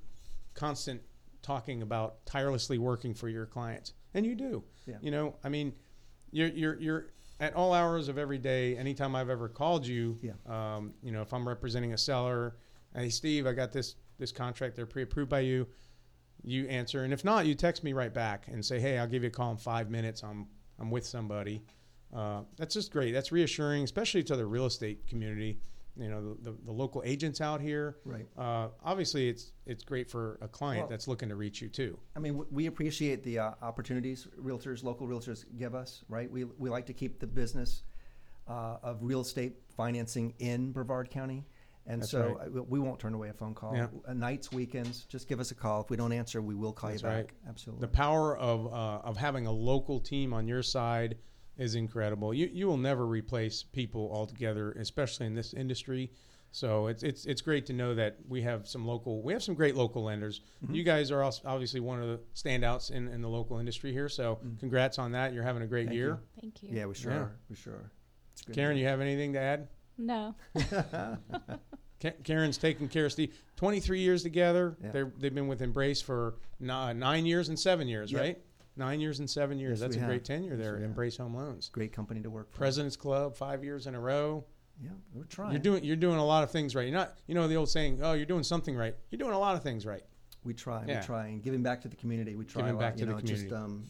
Speaker 8: constant talking about tirelessly working for your clients, and you do.
Speaker 2: Yeah.
Speaker 8: You know, I mean, you're you're you're at all hours of every day. Anytime I've ever called you,
Speaker 2: Yeah.
Speaker 8: um, you know, if I'm representing a seller, hey Steve, I got this this contract. They're pre-approved by you. You answer, and if not, you text me right back and say, hey, I'll give you a call in five minutes. I'm I'm with somebody. Uh, that's just great. That's reassuring, especially to the real estate community. You know, the, the, the local agents out here.
Speaker 2: Right.
Speaker 8: Uh, obviously, it's it's great for a client
Speaker 2: Well-
Speaker 8: that's looking to reach you too.
Speaker 2: I mean, w- we appreciate the uh, opportunities realtors, local realtors give us, right? We, we like to keep the business uh, of real estate financing in Brevard County. And
Speaker 8: That's
Speaker 2: so
Speaker 8: right.
Speaker 2: I- we- we won't turn away a phone call.
Speaker 8: Yeah.
Speaker 2: Uh, Nights, weekends, just give us a call. If we don't answer, we will call
Speaker 8: That's
Speaker 2: you back.
Speaker 8: right.
Speaker 2: Absolutely.
Speaker 8: The power of uh, of having a local team on your side is incredible. You you will never replace people altogether, especially in this industry. So it's it's it's great to know that we have some local we have some great local lenders.
Speaker 2: Mm-hmm.
Speaker 8: You guys are also obviously one of the standouts in, in the local industry here. So congrats on that. You're having a
Speaker 2: Mm-hmm.
Speaker 8: great
Speaker 2: Thank
Speaker 8: year.
Speaker 2: you.
Speaker 3: Thank you.
Speaker 2: yeah, we sure
Speaker 8: Yeah.
Speaker 2: are. We sure are. It's good.
Speaker 8: Karen, you have anything to add?
Speaker 3: No.
Speaker 8: Ka- Karen's taking care of Steve. 23 years together.
Speaker 2: Yeah.
Speaker 8: They're, they've been with Embrace for ni- nine years and seven years,
Speaker 2: Yep.
Speaker 8: right? Nine years and seven years.
Speaker 2: Yes,
Speaker 8: That's a
Speaker 2: we
Speaker 8: great
Speaker 2: have.
Speaker 8: tenure
Speaker 2: Yes,
Speaker 8: there
Speaker 2: we
Speaker 8: at
Speaker 2: have.
Speaker 8: Embrace Home Loans.
Speaker 2: Great company to work for.
Speaker 8: President's Club, five years in a
Speaker 2: Oh,
Speaker 8: row.
Speaker 2: Yeah, we're trying.
Speaker 8: You're doing you're doing a lot of things right. You're not you know the old saying, oh, you're doing something right. You're doing a lot of things right.
Speaker 2: we try.
Speaker 8: Yeah.
Speaker 2: We try and giving back to the community. We try
Speaker 8: Giving
Speaker 2: a lot.
Speaker 8: back
Speaker 2: you
Speaker 8: to the
Speaker 2: know,
Speaker 8: community.
Speaker 2: Just, um,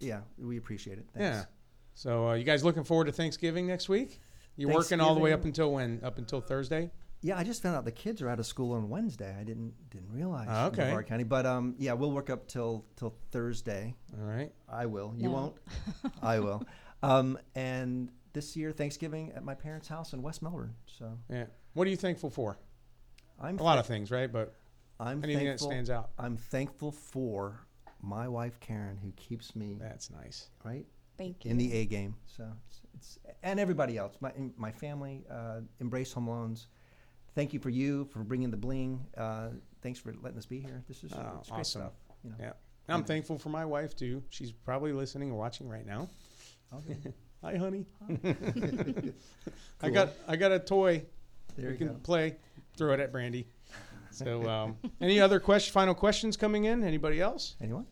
Speaker 2: yeah, we appreciate it. Thanks.
Speaker 8: Yeah. So uh, you guys looking forward to Thanksgiving next week? You're working all the way up
Speaker 2: Thanksgiving.
Speaker 8: until when? Up until Thursday?
Speaker 2: Yeah, I just found out the kids are out of school on Wednesday. I didn't didn't realize.
Speaker 8: Ah,
Speaker 2: in
Speaker 8: okay.
Speaker 2: Brevard County, but um, yeah, we'll work up till till Thursday.
Speaker 8: All right.
Speaker 2: I will. You
Speaker 3: No.
Speaker 2: won't. I will. Um, and this year Thanksgiving at my parents' house in West Melbourne. So
Speaker 8: Yeah. What are you thankful for?
Speaker 2: I'm
Speaker 8: A lot of things, right? But
Speaker 2: I'm
Speaker 8: anything that
Speaker 2: thankful.
Speaker 8: stands out.
Speaker 2: I'm thankful for my wife Karen, who keeps me
Speaker 8: That's nice.
Speaker 2: right
Speaker 3: Thank you.
Speaker 2: in the A game. So it's, it's and everybody else, my my family, uh, embrace home loans. Thank you for you for bringing the bling. Uh, thanks for letting us be here. This is
Speaker 8: Oh,
Speaker 2: it's great
Speaker 8: awesome.
Speaker 2: stuff. You know,
Speaker 8: Yeah. And I'm thankful for my wife too. She's probably listening and watching right now.
Speaker 2: Okay.
Speaker 8: Hi, honey. I got I got a toy.
Speaker 2: there
Speaker 8: we
Speaker 2: you
Speaker 8: can
Speaker 2: go.
Speaker 8: play. Throw it at Brandy. So, um, any other question? Final questions coming in? Anybody else?
Speaker 2: Anyone?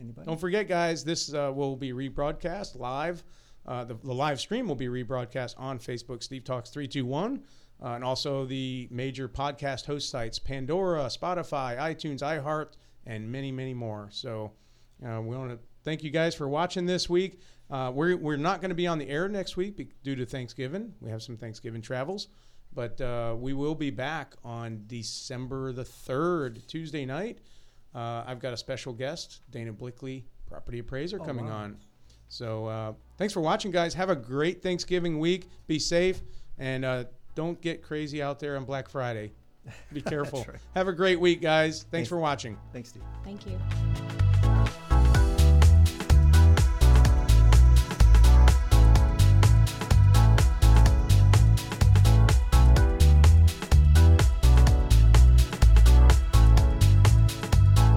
Speaker 2: Anybody?
Speaker 8: Don't forget, guys. This uh, will be rebroadcast live. Uh, the, the live stream will be rebroadcast on Facebook, Steve Talks three two one, uh, and also the major podcast host sites: Pandora, Spotify, iTunes, iHeart, and many, many more. So, uh, we want to thank you guys for watching this week. Uh, we're we're not going to be on the air next week be- due to Thanksgiving. We have some Thanksgiving travels, but uh, we will be back on December the third, Tuesday night. Uh, I've got a special guest, Dana Blickley, property appraiser, coming on. So uh, thanks for watching, guys. Have a great Thanksgiving week. Be safe and uh, don't get crazy out there on Black Friday. Be careful.
Speaker 2: right.
Speaker 8: Have a great week, guys. Thanks for watching.
Speaker 2: Thanks, Steve.
Speaker 3: Thank you.